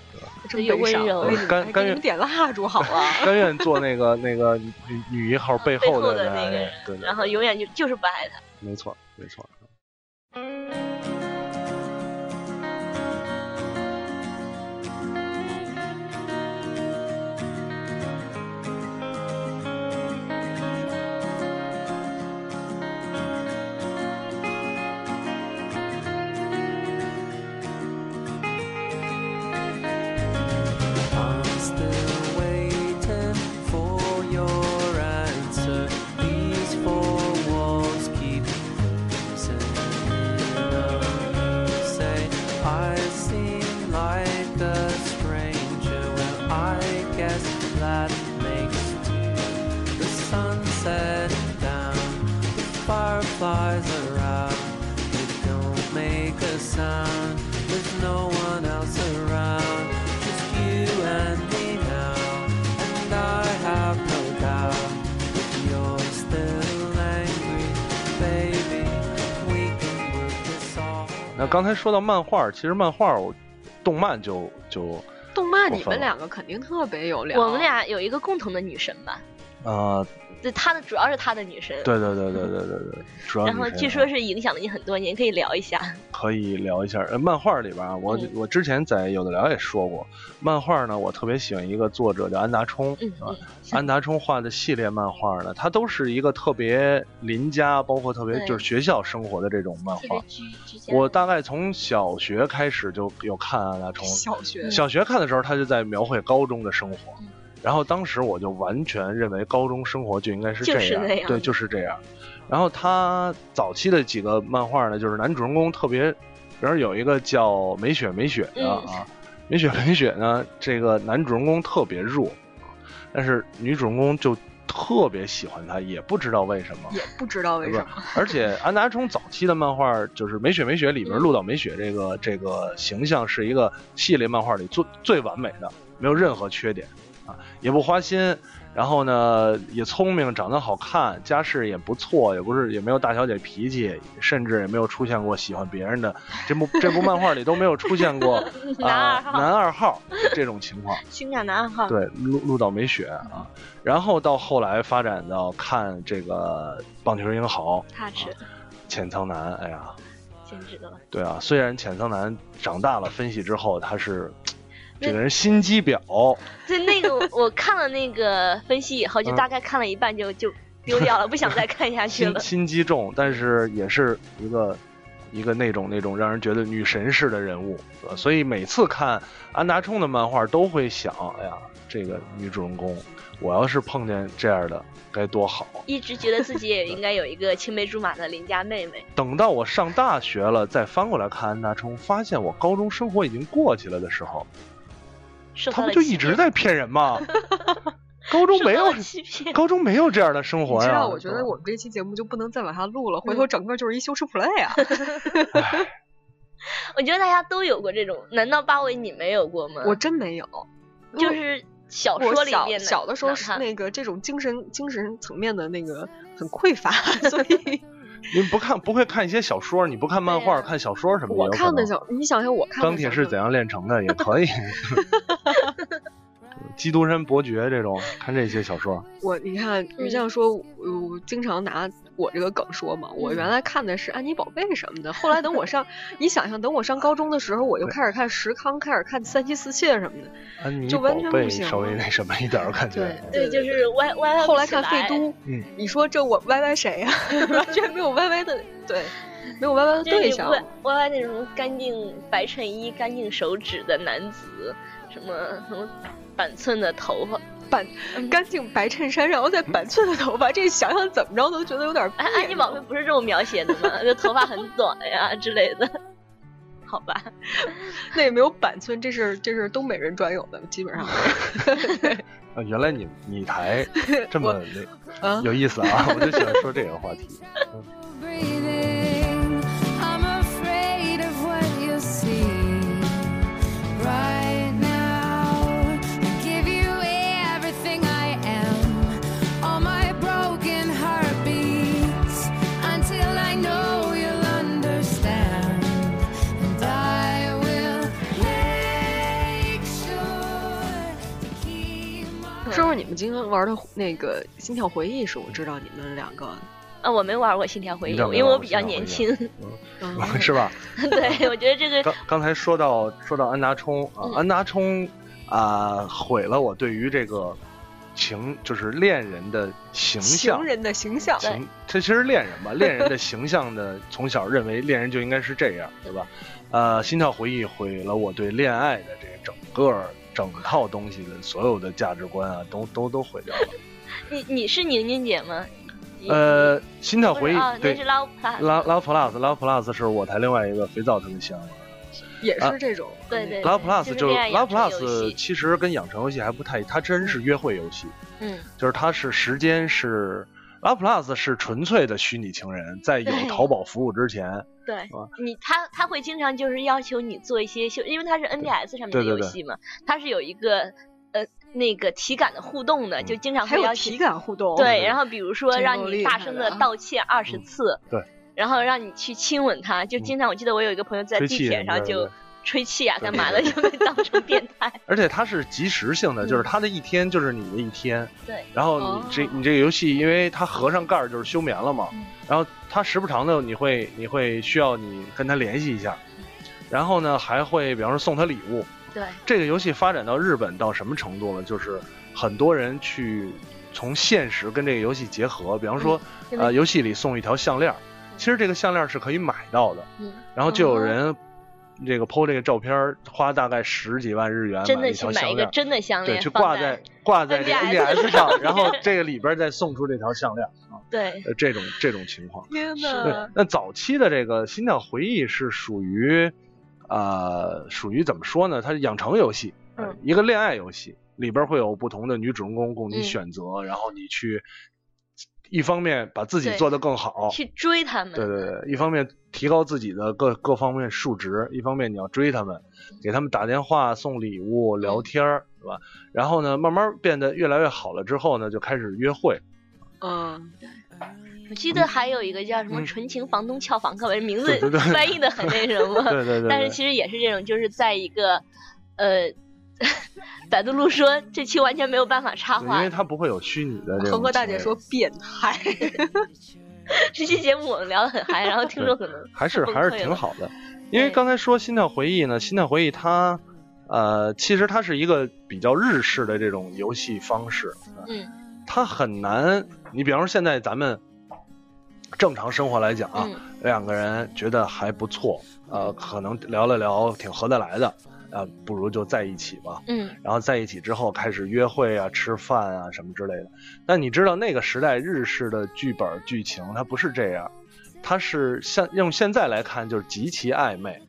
[SPEAKER 2] 真
[SPEAKER 1] 有
[SPEAKER 2] 悲
[SPEAKER 1] 温
[SPEAKER 2] 伤。
[SPEAKER 1] 柔
[SPEAKER 2] 为你们
[SPEAKER 3] 甘
[SPEAKER 2] 哎还给
[SPEAKER 3] 甘
[SPEAKER 2] 你
[SPEAKER 3] 愿，
[SPEAKER 2] 们点蜡烛好啊
[SPEAKER 3] *laughs* 甘愿做那个那个女女一号背
[SPEAKER 1] 背
[SPEAKER 3] 后
[SPEAKER 1] 后
[SPEAKER 3] 的
[SPEAKER 1] 的那
[SPEAKER 3] 男
[SPEAKER 1] 个
[SPEAKER 3] 人，哎对对对，
[SPEAKER 1] 然后永远就就是不爱他。
[SPEAKER 3] 没错没错。
[SPEAKER 4] I'm still waiting for your answer. These four walls keep closing in on you. Say, I seem like a stranger. Well, I guess that makes two. The sunset down, the fireflies around. It don't make a sound. There's no one else around. Just you and me now. And I have no doubt that you're still angry, baby. We can work this all.
[SPEAKER 3] 那刚才说到漫画，其实漫画我动漫就就
[SPEAKER 2] 动漫
[SPEAKER 3] 过
[SPEAKER 2] 你
[SPEAKER 3] 分
[SPEAKER 2] 们
[SPEAKER 3] 了
[SPEAKER 2] 两个肯定特别有聊。
[SPEAKER 1] 我
[SPEAKER 3] *laughs*
[SPEAKER 1] 们俩有一个共同的女神吧，
[SPEAKER 3] 啊，
[SPEAKER 1] 对，她的主要是她的女神。。
[SPEAKER 3] 对对对对对对对，主要
[SPEAKER 1] 然后
[SPEAKER 3] 女神
[SPEAKER 1] 据
[SPEAKER 3] 啊
[SPEAKER 1] 说是影响了你很多年，可以聊一下。
[SPEAKER 3] 可以聊一下。呃，漫画里边啊，我、
[SPEAKER 1] 嗯
[SPEAKER 3] 我之前在有的聊也说过，漫画呢，我特别喜欢一个作者叫安达充，
[SPEAKER 1] 嗯
[SPEAKER 3] 啊
[SPEAKER 1] 嗯，
[SPEAKER 3] 安达充画的系列漫画呢，它都是一个特别邻家，包括特别
[SPEAKER 1] 对
[SPEAKER 3] 就是学校生活的这种漫
[SPEAKER 1] 特别
[SPEAKER 3] 画。
[SPEAKER 1] 居居家。
[SPEAKER 3] 我大概从小学开始就有看安达充，
[SPEAKER 2] 小学
[SPEAKER 3] 小学看的时候，他就在描绘高中的生活
[SPEAKER 1] 嗯，
[SPEAKER 3] 然后当时我就完全认为高中生活就应该是这
[SPEAKER 1] 就是
[SPEAKER 3] 样，
[SPEAKER 1] 那样
[SPEAKER 3] 对，就是这样。然后他早期的几个漫画呢，就是男主人公特别，比如有一个叫美雪美雪的
[SPEAKER 1] 嗯
[SPEAKER 3] 啊，美雪美雪呢，这个男主人公特别弱，但是女主人公就特别喜欢他，也不知道为什么。
[SPEAKER 2] 也不知道为
[SPEAKER 3] 对
[SPEAKER 2] 什
[SPEAKER 3] 吧
[SPEAKER 2] 么。
[SPEAKER 3] 而且安达充早期的漫画就是《美雪美雪》里
[SPEAKER 1] 嗯
[SPEAKER 3] 边鹿岛美雪这个这个形象是一个系列漫画里最最完美的，没有任何缺点啊，也不花心，然后呢也聪明，长得好看，家世也不错，也不是也没有大小姐脾气，甚至也没有出现过喜欢别人的，这部这部漫画里都没有出现
[SPEAKER 1] *laughs*
[SPEAKER 3] 过啊
[SPEAKER 1] 男二号
[SPEAKER 3] 男二号这种情
[SPEAKER 1] *laughs*
[SPEAKER 3] 况。
[SPEAKER 1] 性感男哈，
[SPEAKER 3] 对，鹿鹿岛美雪啊，然后到后来发展到看这个棒球英豪。
[SPEAKER 1] 踏实，
[SPEAKER 3] 浅仓男，哎呀，
[SPEAKER 1] 简直了。
[SPEAKER 3] 对啊，虽然浅仓男长大了，分析之后他是
[SPEAKER 1] 那
[SPEAKER 3] 这个人心机婊，
[SPEAKER 1] 对，那个我我看了那个分析以后，就
[SPEAKER 3] 嗯
[SPEAKER 1] 大概看了一半就就丢掉了，不想再看下去
[SPEAKER 3] 心 *laughs*
[SPEAKER 1] 了。
[SPEAKER 3] 心机重，但是也是一个一个那种那种让人觉得女神式的人物，对吧所以每次看安达充的漫画都会想，哎呀，这个女主人公，我要是碰见这样的该多好。
[SPEAKER 1] 一直觉得自己也应该有一个青梅竹马的邻家妹妹。
[SPEAKER 3] 等到我上大学了，再翻过来看安达充，发现我高中生活已经过去了的时候，
[SPEAKER 1] 受
[SPEAKER 3] 他
[SPEAKER 1] 到
[SPEAKER 3] 不
[SPEAKER 1] 了
[SPEAKER 3] 就
[SPEAKER 1] 欺
[SPEAKER 3] 一直
[SPEAKER 1] 骗
[SPEAKER 3] 在骗人吗？高中
[SPEAKER 1] 受
[SPEAKER 3] 没
[SPEAKER 1] 到
[SPEAKER 3] 有 *laughs*
[SPEAKER 1] 了欺
[SPEAKER 2] *laughs*
[SPEAKER 1] 骗。
[SPEAKER 3] 高中没有这样的生
[SPEAKER 2] 你
[SPEAKER 3] 活
[SPEAKER 2] 知
[SPEAKER 3] 呀。
[SPEAKER 2] 道，我觉得我们这期节目就不能再往下录了，回
[SPEAKER 1] 嗯
[SPEAKER 2] 头整个就是一羞耻 play *laughs* 啊！
[SPEAKER 1] 我觉得大家都有过这种，难道八尾你没有过吗？
[SPEAKER 2] 我真没有，
[SPEAKER 1] 就
[SPEAKER 2] 我
[SPEAKER 1] 是小
[SPEAKER 2] 我
[SPEAKER 1] 说里
[SPEAKER 2] 小
[SPEAKER 1] 面
[SPEAKER 2] 小的时候
[SPEAKER 1] 哪
[SPEAKER 2] 是
[SPEAKER 1] 怕
[SPEAKER 2] 那个这种精神精神层面的那个很匮乏， *laughs* 所
[SPEAKER 3] *laughs*
[SPEAKER 2] 以
[SPEAKER 3] 你不看不会看一些小说，你不看漫画，
[SPEAKER 1] 对呀
[SPEAKER 3] 看小说什么的。
[SPEAKER 2] 啊我看的
[SPEAKER 3] 小
[SPEAKER 2] 小，你想想我看的
[SPEAKER 3] 钢铁
[SPEAKER 2] 小
[SPEAKER 3] 是
[SPEAKER 2] 说
[SPEAKER 3] 怎样炼
[SPEAKER 2] *laughs*
[SPEAKER 3] 成的也可以， *laughs* 基督山伯爵这种看这些小
[SPEAKER 2] *laughs*
[SPEAKER 3] 说，
[SPEAKER 2] 我你看于
[SPEAKER 1] 嗯
[SPEAKER 2] 酱说，我我经常拿我这个梗说嘛。我
[SPEAKER 1] 嗯
[SPEAKER 2] 原来看的是安妮宝贝什么的，后来等我上，你想想，等我上高中的时候，我又开始看石康，开始看三妻四妾什么的。
[SPEAKER 3] 安妮
[SPEAKER 2] 就
[SPEAKER 3] 哎宝
[SPEAKER 2] 完全
[SPEAKER 3] 贝
[SPEAKER 2] 不行
[SPEAKER 3] 稍微
[SPEAKER 2] 了
[SPEAKER 3] 那什么一点儿感觉。
[SPEAKER 1] 对，就是 Y Y Y。
[SPEAKER 2] 后来看费，都，
[SPEAKER 3] 嗯
[SPEAKER 2] 你说这我歪歪谁呀、啊 *laughs* 完全没有歪歪的对，没有歪歪的
[SPEAKER 1] 就是
[SPEAKER 2] 对
[SPEAKER 1] 你
[SPEAKER 2] 象。
[SPEAKER 1] Y Y Y 那种干净白衬衣、干净手指的男子，什么什么板寸的头发，
[SPEAKER 2] 干净白衬衫，然后再板寸的头发，这想想怎么着都觉得有点别
[SPEAKER 1] 哎，安妮
[SPEAKER 2] 扭
[SPEAKER 1] 宝贝不是这么描写的吗？就头发很短呀之类的， *laughs* 好吧？
[SPEAKER 2] 那也没有板寸，这是这是东北人专有的，基本
[SPEAKER 1] *laughs*
[SPEAKER 2] 上。
[SPEAKER 3] 啊，原来你你台
[SPEAKER 2] *laughs*
[SPEAKER 3] 这么
[SPEAKER 2] 啊
[SPEAKER 3] 那有意思
[SPEAKER 2] *laughs*
[SPEAKER 3] 啊！我就喜欢说这个话题。 *laughs*
[SPEAKER 5] breathing. I'm afraid of what you'll see right now. I give you everything I am, all my broken heartbeats, until I know you'll understand. And I will make sure to keep my.
[SPEAKER 2] 说说你们今天玩的那个《心跳回忆》是我知道你们两
[SPEAKER 3] *laughs*
[SPEAKER 2] 个，
[SPEAKER 1] 啊，我没玩过《心跳回忆
[SPEAKER 3] 你咋》，没
[SPEAKER 1] 因为
[SPEAKER 3] 玩
[SPEAKER 1] 我
[SPEAKER 3] 过
[SPEAKER 1] 比
[SPEAKER 3] 心
[SPEAKER 1] 较
[SPEAKER 3] 跳回
[SPEAKER 1] 年
[SPEAKER 3] 忆啊
[SPEAKER 1] 轻。
[SPEAKER 2] 嗯
[SPEAKER 3] 是吧？
[SPEAKER 1] *laughs* 对，我觉得这个
[SPEAKER 3] 刚刚才说到说到安达充啊
[SPEAKER 1] 嗯，
[SPEAKER 3] 安达充啊，毁了我对于这个情就是恋人的形象
[SPEAKER 2] 情。人的形象，
[SPEAKER 3] 形，这其实恋人吧，恋人的形象的，从小认为恋人就应该是这样，对吧？呃，心跳回忆毁了我对恋爱的这整个整套东西的所有的价值观啊，都都都毁
[SPEAKER 1] *laughs*
[SPEAKER 3] 掉了。
[SPEAKER 1] 你你是宁宁姐吗？你，
[SPEAKER 3] 呃，心跳
[SPEAKER 1] 嗯不是
[SPEAKER 3] 回忆
[SPEAKER 1] 啊，那
[SPEAKER 3] 对
[SPEAKER 1] 是。拉普拉
[SPEAKER 3] 拉拉 plus 拉 plus 是我台另外一个肥皂特别香的，
[SPEAKER 2] 也是这种。
[SPEAKER 1] 对对
[SPEAKER 3] 拉 plus
[SPEAKER 1] 就是
[SPEAKER 3] 就
[SPEAKER 1] 恋爱
[SPEAKER 3] 拉
[SPEAKER 1] 养成游
[SPEAKER 3] plus
[SPEAKER 1] 戏
[SPEAKER 3] 其实跟养成游戏还不太，它真是约会游戏，
[SPEAKER 1] 嗯，
[SPEAKER 3] 就是它是时间是拉 plus 是纯粹的虚拟情人，在有
[SPEAKER 1] 对
[SPEAKER 3] 淘宝服务之前，
[SPEAKER 1] 对
[SPEAKER 3] 吧
[SPEAKER 1] 你他他会经常就是要求你做一些秀，因为它是 NDS 上面的
[SPEAKER 3] 对对
[SPEAKER 1] 游
[SPEAKER 3] 对
[SPEAKER 1] 戏嘛，它是有一个呃那个体感的互动的，
[SPEAKER 3] 嗯
[SPEAKER 1] 就经常
[SPEAKER 2] 还
[SPEAKER 1] 会
[SPEAKER 2] 有
[SPEAKER 1] 要求
[SPEAKER 2] 体感互动，
[SPEAKER 1] 对，然后比如说
[SPEAKER 2] 真
[SPEAKER 1] 让
[SPEAKER 2] 够
[SPEAKER 1] 你
[SPEAKER 2] 厉
[SPEAKER 1] 大
[SPEAKER 2] 害
[SPEAKER 1] 声的
[SPEAKER 2] 的啊
[SPEAKER 1] 道歉二十
[SPEAKER 3] 嗯
[SPEAKER 1] 次，
[SPEAKER 3] 对，嗯
[SPEAKER 1] 然后让你去亲吻他，就经常我记得我有一个朋友在
[SPEAKER 3] 吹
[SPEAKER 1] 地
[SPEAKER 3] 气
[SPEAKER 1] 铁
[SPEAKER 3] 人
[SPEAKER 1] 上
[SPEAKER 3] 对
[SPEAKER 1] 就
[SPEAKER 3] 对
[SPEAKER 1] 吹气啊，
[SPEAKER 3] 对
[SPEAKER 1] 干嘛的
[SPEAKER 3] 对
[SPEAKER 1] 就被当成变态。
[SPEAKER 3] 而且它是即时性的，
[SPEAKER 2] 嗯
[SPEAKER 3] 就是它的一天就是你的一天。
[SPEAKER 1] 对。
[SPEAKER 3] 然后
[SPEAKER 2] 哦
[SPEAKER 3] 你这、你这个游戏，因为它合上盖儿就是休眠了嘛，
[SPEAKER 1] 嗯
[SPEAKER 3] 然后它时不常的你会你会需要你跟它联系一下，然后呢还会比方说送它礼物。
[SPEAKER 1] 对，
[SPEAKER 3] 这个游戏发展到日本到什么程度了？就是很多人去从现实跟这个游戏结合，比方说、
[SPEAKER 1] 真的
[SPEAKER 3] 呃游戏里送一条项链儿，其实这个项链儿是可以买到的，
[SPEAKER 1] 嗯
[SPEAKER 3] 然后就有
[SPEAKER 1] 哦
[SPEAKER 3] 人这个 PO 这个照片儿，花大概十几万日
[SPEAKER 1] *laughs*
[SPEAKER 3] 元
[SPEAKER 1] 真
[SPEAKER 3] 买了
[SPEAKER 1] 的
[SPEAKER 3] 一
[SPEAKER 1] 去
[SPEAKER 3] 条
[SPEAKER 1] 买
[SPEAKER 3] 项
[SPEAKER 1] 一个
[SPEAKER 3] 链儿。
[SPEAKER 1] 真的项
[SPEAKER 3] 对，
[SPEAKER 1] 链，
[SPEAKER 3] 去
[SPEAKER 1] 放
[SPEAKER 3] 挂在挂在这
[SPEAKER 1] NDS *laughs*
[SPEAKER 3] NDS 上，然后这个里边儿再送出这条项链儿，
[SPEAKER 1] 对
[SPEAKER 3] 呃，这种这种情况。
[SPEAKER 2] 天
[SPEAKER 1] 是
[SPEAKER 3] 对
[SPEAKER 1] 嗯，
[SPEAKER 3] 那早期的这个《心跳回忆》是属于，呃，属于怎么说呢？它是养成游戏，呃
[SPEAKER 1] 嗯
[SPEAKER 3] 一个恋爱游戏，里边会有不同的女主人公供你
[SPEAKER 1] 嗯
[SPEAKER 3] 选择，然后你去，一方面把自己
[SPEAKER 1] 对
[SPEAKER 3] 做得更好，
[SPEAKER 1] 去追他们。
[SPEAKER 3] 哦对对对，一方面提高自己的各各方面数值，一方面你要追他们，给他们打电话、送礼物、
[SPEAKER 1] 嗯
[SPEAKER 3] 聊天儿，对吧？然后呢，慢慢变得越来越好了之后呢，就开始约会。
[SPEAKER 2] 嗯，
[SPEAKER 1] 我记得还有一个叫什么“
[SPEAKER 3] 嗯
[SPEAKER 1] 纯情房东俏房客”，名
[SPEAKER 3] 对
[SPEAKER 1] 字
[SPEAKER 3] 对对
[SPEAKER 1] 翻译的很那什么。
[SPEAKER 3] *laughs* 对对对对，
[SPEAKER 1] 但是其实也是这种，就是在一个，呃，百度路说这期完全没有办法插
[SPEAKER 3] 对因
[SPEAKER 1] 话
[SPEAKER 3] 为。它不会有虚拟的这种。
[SPEAKER 2] 恒哥大姐说，变态，
[SPEAKER 1] 这期节目我们聊得很嗨，然后听众可能
[SPEAKER 3] 还是
[SPEAKER 1] 崩
[SPEAKER 3] 还是
[SPEAKER 1] 溃
[SPEAKER 3] 挺
[SPEAKER 1] 了
[SPEAKER 3] 好的。因为
[SPEAKER 1] 对
[SPEAKER 3] 刚才说《心跳回忆》呢，《心跳回忆》它，呃，其实它是一个比较日式的这种游戏方式，
[SPEAKER 1] 嗯
[SPEAKER 3] 它很难。你比方说现在咱们正常生活来讲啊，
[SPEAKER 1] 嗯
[SPEAKER 3] 两个人觉得还不错，呃，可能聊了聊挺合得来的，呃，不如就在一起吧。
[SPEAKER 1] 嗯
[SPEAKER 3] 然后在一起之后开始约会啊、吃饭啊什么之类的。但你知道那个时代日式的剧本剧情它不是这样，它是像用现在来看就是极其暧昧。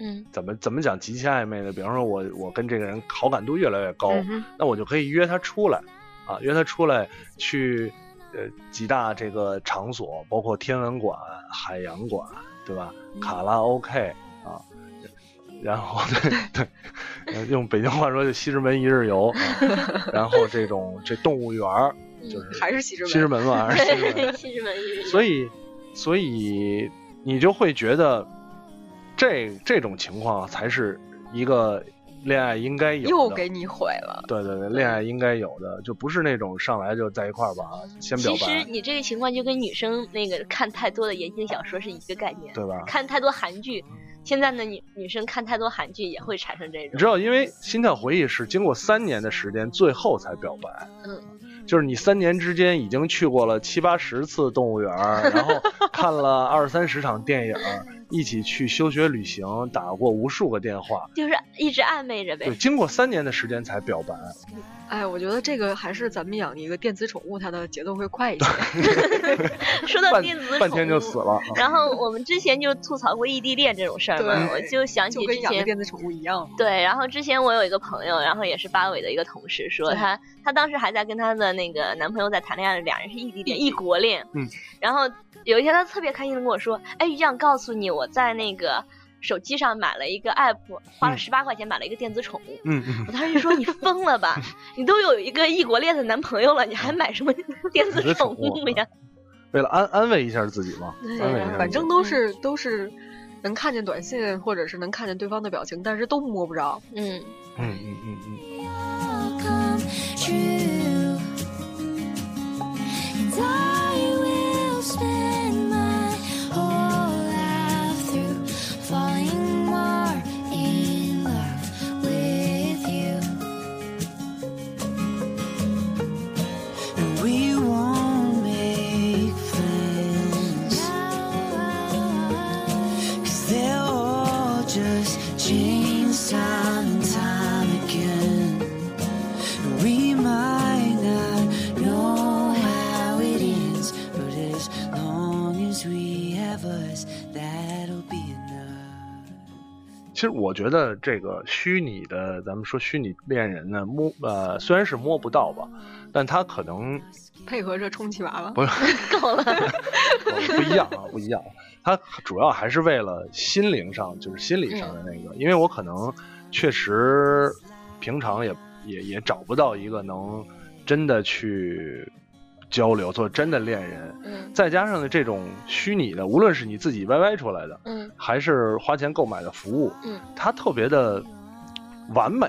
[SPEAKER 1] 嗯
[SPEAKER 3] 怎么怎么讲极其暧昧呢？比方说我我跟这个人好感度越来越高，
[SPEAKER 2] 嗯哼
[SPEAKER 3] 那我就可以约他出来，啊，约他出来去呃几大这个场所，包括天文馆、海洋馆，对吧？卡拉 OK 啊，然
[SPEAKER 2] *laughs*
[SPEAKER 3] 后对对，呃用北京话说就西直门一日游，
[SPEAKER 2] *laughs*
[SPEAKER 3] 啊然后这种这动物园儿
[SPEAKER 1] 嗯，
[SPEAKER 3] 就是
[SPEAKER 2] 还是西直
[SPEAKER 3] 西直
[SPEAKER 2] 门？*laughs*
[SPEAKER 3] 门吧，还是西
[SPEAKER 1] *laughs*
[SPEAKER 3] 直门？
[SPEAKER 1] 西直门一日游
[SPEAKER 3] 所以，所以你就会觉得这这种情况才是一个恋爱应该有的。
[SPEAKER 2] 又给你毁了，
[SPEAKER 3] 对对对，恋爱应该有的，就不是那种上来就在一块儿吧，先表
[SPEAKER 1] 其实
[SPEAKER 3] 白，
[SPEAKER 1] 你这个情况就跟女生那个看太多的言情小说是一个概念，
[SPEAKER 3] 对啊吧？
[SPEAKER 1] 看太多韩剧，现在的女女生看太多韩剧也会产生这
[SPEAKER 3] 你
[SPEAKER 1] 种。
[SPEAKER 3] 知道，因为《心跳回忆》是经过三年的时间，最后才表白。
[SPEAKER 1] 嗯，
[SPEAKER 3] 就是你三年之间已经去过了七八十次动物园儿，然
[SPEAKER 1] *laughs*
[SPEAKER 3] 后看了二三十场电影儿，一起去休学旅行，打过无数个电话。
[SPEAKER 1] 就是一直暧昧着呗
[SPEAKER 3] 对，。经过三年的时间才表白。
[SPEAKER 2] 哎，我觉得这个还是咱们养一个电子宠物，它的节奏会快一些。
[SPEAKER 1] 说到
[SPEAKER 3] 半
[SPEAKER 1] 电子
[SPEAKER 3] 半
[SPEAKER 1] 宠
[SPEAKER 3] 天就
[SPEAKER 1] 物
[SPEAKER 3] 死了。啊
[SPEAKER 1] 然后我们之前就吐槽过异地恋这种事儿嘛，
[SPEAKER 2] 对
[SPEAKER 1] 我就想
[SPEAKER 2] 就
[SPEAKER 1] 起之
[SPEAKER 2] 跟养个
[SPEAKER 1] 前
[SPEAKER 2] 电子宠物一样。
[SPEAKER 1] 对，然后之前我有一个朋友，然后也是八尾的一个同事，说
[SPEAKER 2] 对
[SPEAKER 1] 她她当时还在跟她的那个男朋友在谈恋爱，俩人是异地恋、异国恋。
[SPEAKER 3] 嗯，
[SPEAKER 1] *laughs* 然后有一天她特别开心的跟我说：“哎，于酱，告诉你，我在那个手机上买了一个 app，花了
[SPEAKER 3] 嗯
[SPEAKER 1] 十八块钱买了一个电子宠物。
[SPEAKER 3] 嗯嗯，
[SPEAKER 1] 我当时就说：“你疯了吧？你都有一个异国恋的男朋友了，你还买什么电子
[SPEAKER 3] 电子
[SPEAKER 1] 宠
[SPEAKER 3] 宠
[SPEAKER 1] 物
[SPEAKER 3] 物
[SPEAKER 1] 呀
[SPEAKER 3] 为了安安慰一下自己嘛，
[SPEAKER 1] 对
[SPEAKER 3] 安慰一
[SPEAKER 1] 嗯
[SPEAKER 3] 下，
[SPEAKER 2] 反正都是都是能看见短信，或者是能看见对方的表情，但是都摸不着。？”
[SPEAKER 1] 嗯，
[SPEAKER 3] 嗯嗯嗯嗯。
[SPEAKER 5] all come true. And I will spend my whole life through falling more in love with you.
[SPEAKER 4] And we won't make plans. Cause they're all just change time and time again. And we might not know how it ends, but as long as we have us, that'll be enough.
[SPEAKER 3] 其实我觉得这个虚拟的，咱们说虚拟恋人呢，摸呃虽然是摸不到吧，但他可能
[SPEAKER 2] 配合着充气娃娃，
[SPEAKER 3] 不是
[SPEAKER 1] 够了。
[SPEAKER 3] 不不一样啊，不一样。他主要还是为了心灵上，就是心理上的那个，因为我可能确实平常也也也找不到一个能真的去交流做真的恋人，
[SPEAKER 1] 嗯
[SPEAKER 3] 再加上呢这种虚拟的，无论是你自己歪歪出来的，
[SPEAKER 1] 嗯
[SPEAKER 3] 还是花钱购买的服务，
[SPEAKER 1] 嗯，
[SPEAKER 3] 它特别的完美，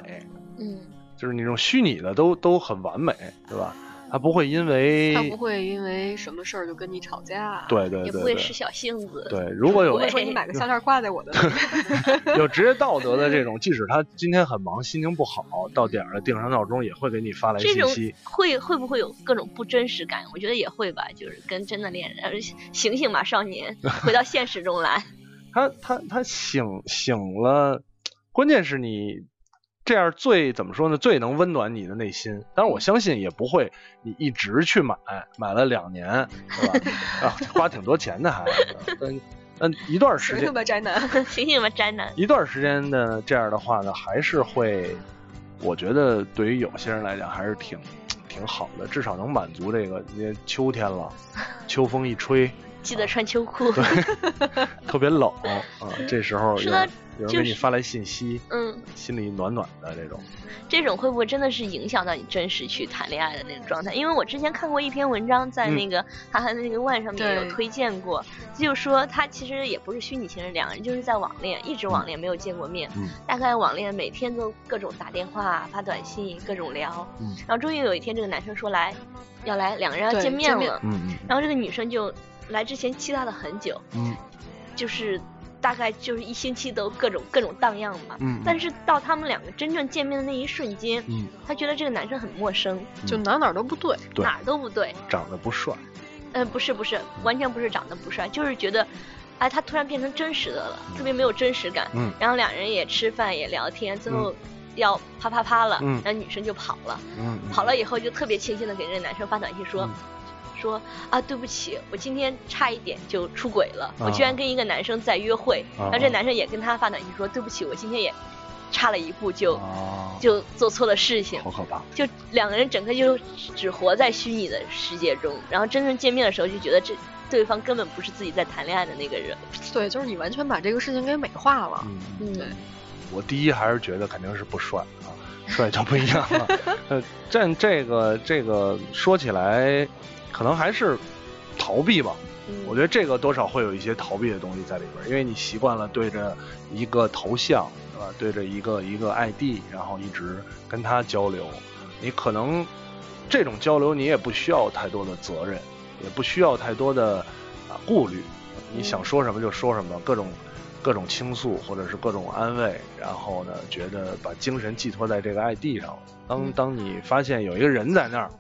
[SPEAKER 1] 嗯，
[SPEAKER 3] 就是那种虚拟的都都很完美，对吧？它不会因为
[SPEAKER 2] 他不会因为什么事儿就跟你吵架，，
[SPEAKER 3] 对对
[SPEAKER 1] 也
[SPEAKER 3] 对
[SPEAKER 1] 不会
[SPEAKER 3] 对
[SPEAKER 1] 使小性子，
[SPEAKER 3] 对，如果
[SPEAKER 2] 不
[SPEAKER 3] 有
[SPEAKER 2] 会说你买个项链挂在
[SPEAKER 3] *laughs*
[SPEAKER 2] 我的那儿，
[SPEAKER 3] 有职业道德的这种，即使他今天很忙，心情不好，到点儿了定上闹钟也会给你发来
[SPEAKER 1] 这
[SPEAKER 3] 信
[SPEAKER 1] 种
[SPEAKER 3] 息。
[SPEAKER 1] 会会不会有各种不真实感？我觉得也会吧，就是跟真的恋人，呃醒醒吧，少
[SPEAKER 3] *laughs*
[SPEAKER 1] 年，回到现实中来。
[SPEAKER 3] 他他他醒醒了，关键是你这样最怎么说呢？最能温暖你的内心。当然，我相信也不会你一直去买，买了两年，对吧？啊，花挺多钱的还，嗯嗯，一段时
[SPEAKER 2] 谁他
[SPEAKER 3] 间
[SPEAKER 2] 妈宅男？
[SPEAKER 3] 嗯
[SPEAKER 1] 醒醒吧，宅男。
[SPEAKER 3] 一段时间的这样的话呢，还是会，我觉得对于有些人来讲还是挺挺好的，至少能满足这个，因为秋天
[SPEAKER 1] *laughs*
[SPEAKER 3] 了，秋风一吹，
[SPEAKER 1] 记得穿秋裤。 *laughs*
[SPEAKER 3] 特别冷啊，这时候
[SPEAKER 1] 是
[SPEAKER 3] 有
[SPEAKER 1] 的
[SPEAKER 3] 人有人给
[SPEAKER 1] 就
[SPEAKER 3] 你
[SPEAKER 1] 是
[SPEAKER 3] 发来信息，
[SPEAKER 1] 嗯，
[SPEAKER 3] 心里暖暖的这种，
[SPEAKER 1] 这种会不会真的是影响到你真实去谈恋爱的那种状态？因为我之前看过一篇文章，在
[SPEAKER 3] 嗯
[SPEAKER 1] 那个韩寒的那个 One 上面也有
[SPEAKER 2] 对
[SPEAKER 1] 推荐过，就说他其实也不是虚拟情人，两个人就是在网恋，一直网恋没有见过面，
[SPEAKER 3] 嗯
[SPEAKER 1] 大概网恋每天都各种打电话、发短信、各种聊，
[SPEAKER 3] 嗯
[SPEAKER 1] 然后终于有一天这个男生说来要来，两个人要
[SPEAKER 2] 对
[SPEAKER 1] 见面
[SPEAKER 2] 见
[SPEAKER 1] 了，
[SPEAKER 2] 面
[SPEAKER 3] 嗯
[SPEAKER 1] 然后这个女生就来之前期待了很久，
[SPEAKER 3] 嗯
[SPEAKER 1] 就是大概就是一星期都各种各种荡漾嘛。
[SPEAKER 3] 嗯
[SPEAKER 1] 但
[SPEAKER 3] 是
[SPEAKER 1] 是到他们两个真正见面的那一瞬间，
[SPEAKER 3] 嗯
[SPEAKER 1] 她觉得这个男生很陌生，
[SPEAKER 2] *laughs* 就哪哪都不对，
[SPEAKER 3] 对
[SPEAKER 1] 哪儿都不对。
[SPEAKER 3] 长得不帅，
[SPEAKER 1] 嗯，不是不是，完全不是长得不帅，就是觉得，哎，他突然变成真实的了，特别没有真实感。
[SPEAKER 3] 嗯
[SPEAKER 1] 然后两人也吃饭也聊天，最后要啪啪啪了，
[SPEAKER 3] 嗯
[SPEAKER 1] 然后女生就跑了。
[SPEAKER 3] 嗯嗯
[SPEAKER 1] 跑了以后就特别庆幸的给这个男生发短信说。
[SPEAKER 3] 嗯
[SPEAKER 1] 说啊，对不起，我今天差一点就出轨了，
[SPEAKER 3] 啊
[SPEAKER 1] 我居然跟一个男生在约会，
[SPEAKER 3] 啊
[SPEAKER 1] 然后这男生也跟他发短信说，对不起，我今天也差了一步就、
[SPEAKER 3] 啊，
[SPEAKER 1] 就做错了事情
[SPEAKER 3] 好，可怕，啊
[SPEAKER 1] 就两个人整个就只活在虚拟的世界中，然后真正见面的时候就觉得这对方根本不是自己在谈恋爱的那个人，
[SPEAKER 2] 对，就是你完全把这个事情给美化了。
[SPEAKER 3] 嗯嗯。
[SPEAKER 1] 嗯
[SPEAKER 2] 对
[SPEAKER 3] 我第一还是觉得肯定是不帅啊，帅就不一样了。呃，但这个这个说起来，可能还是逃避吧。
[SPEAKER 1] 嗯
[SPEAKER 3] 我觉得这个多少会有一些逃避的东西在里边儿，因为你习惯了对着一个头像，呃，对着一个一个 ID，然后一直跟他交流，你可能这种交流你也不需要太多的责任，也不需要太多的啊顾虑，你
[SPEAKER 1] 嗯
[SPEAKER 3] 想说什么就说什么，各种各种倾诉或者是各种安慰，然后呢，觉得把精神寄托在这个 ID 上了。
[SPEAKER 1] 嗯
[SPEAKER 3] 当当你发现有一个人在那儿，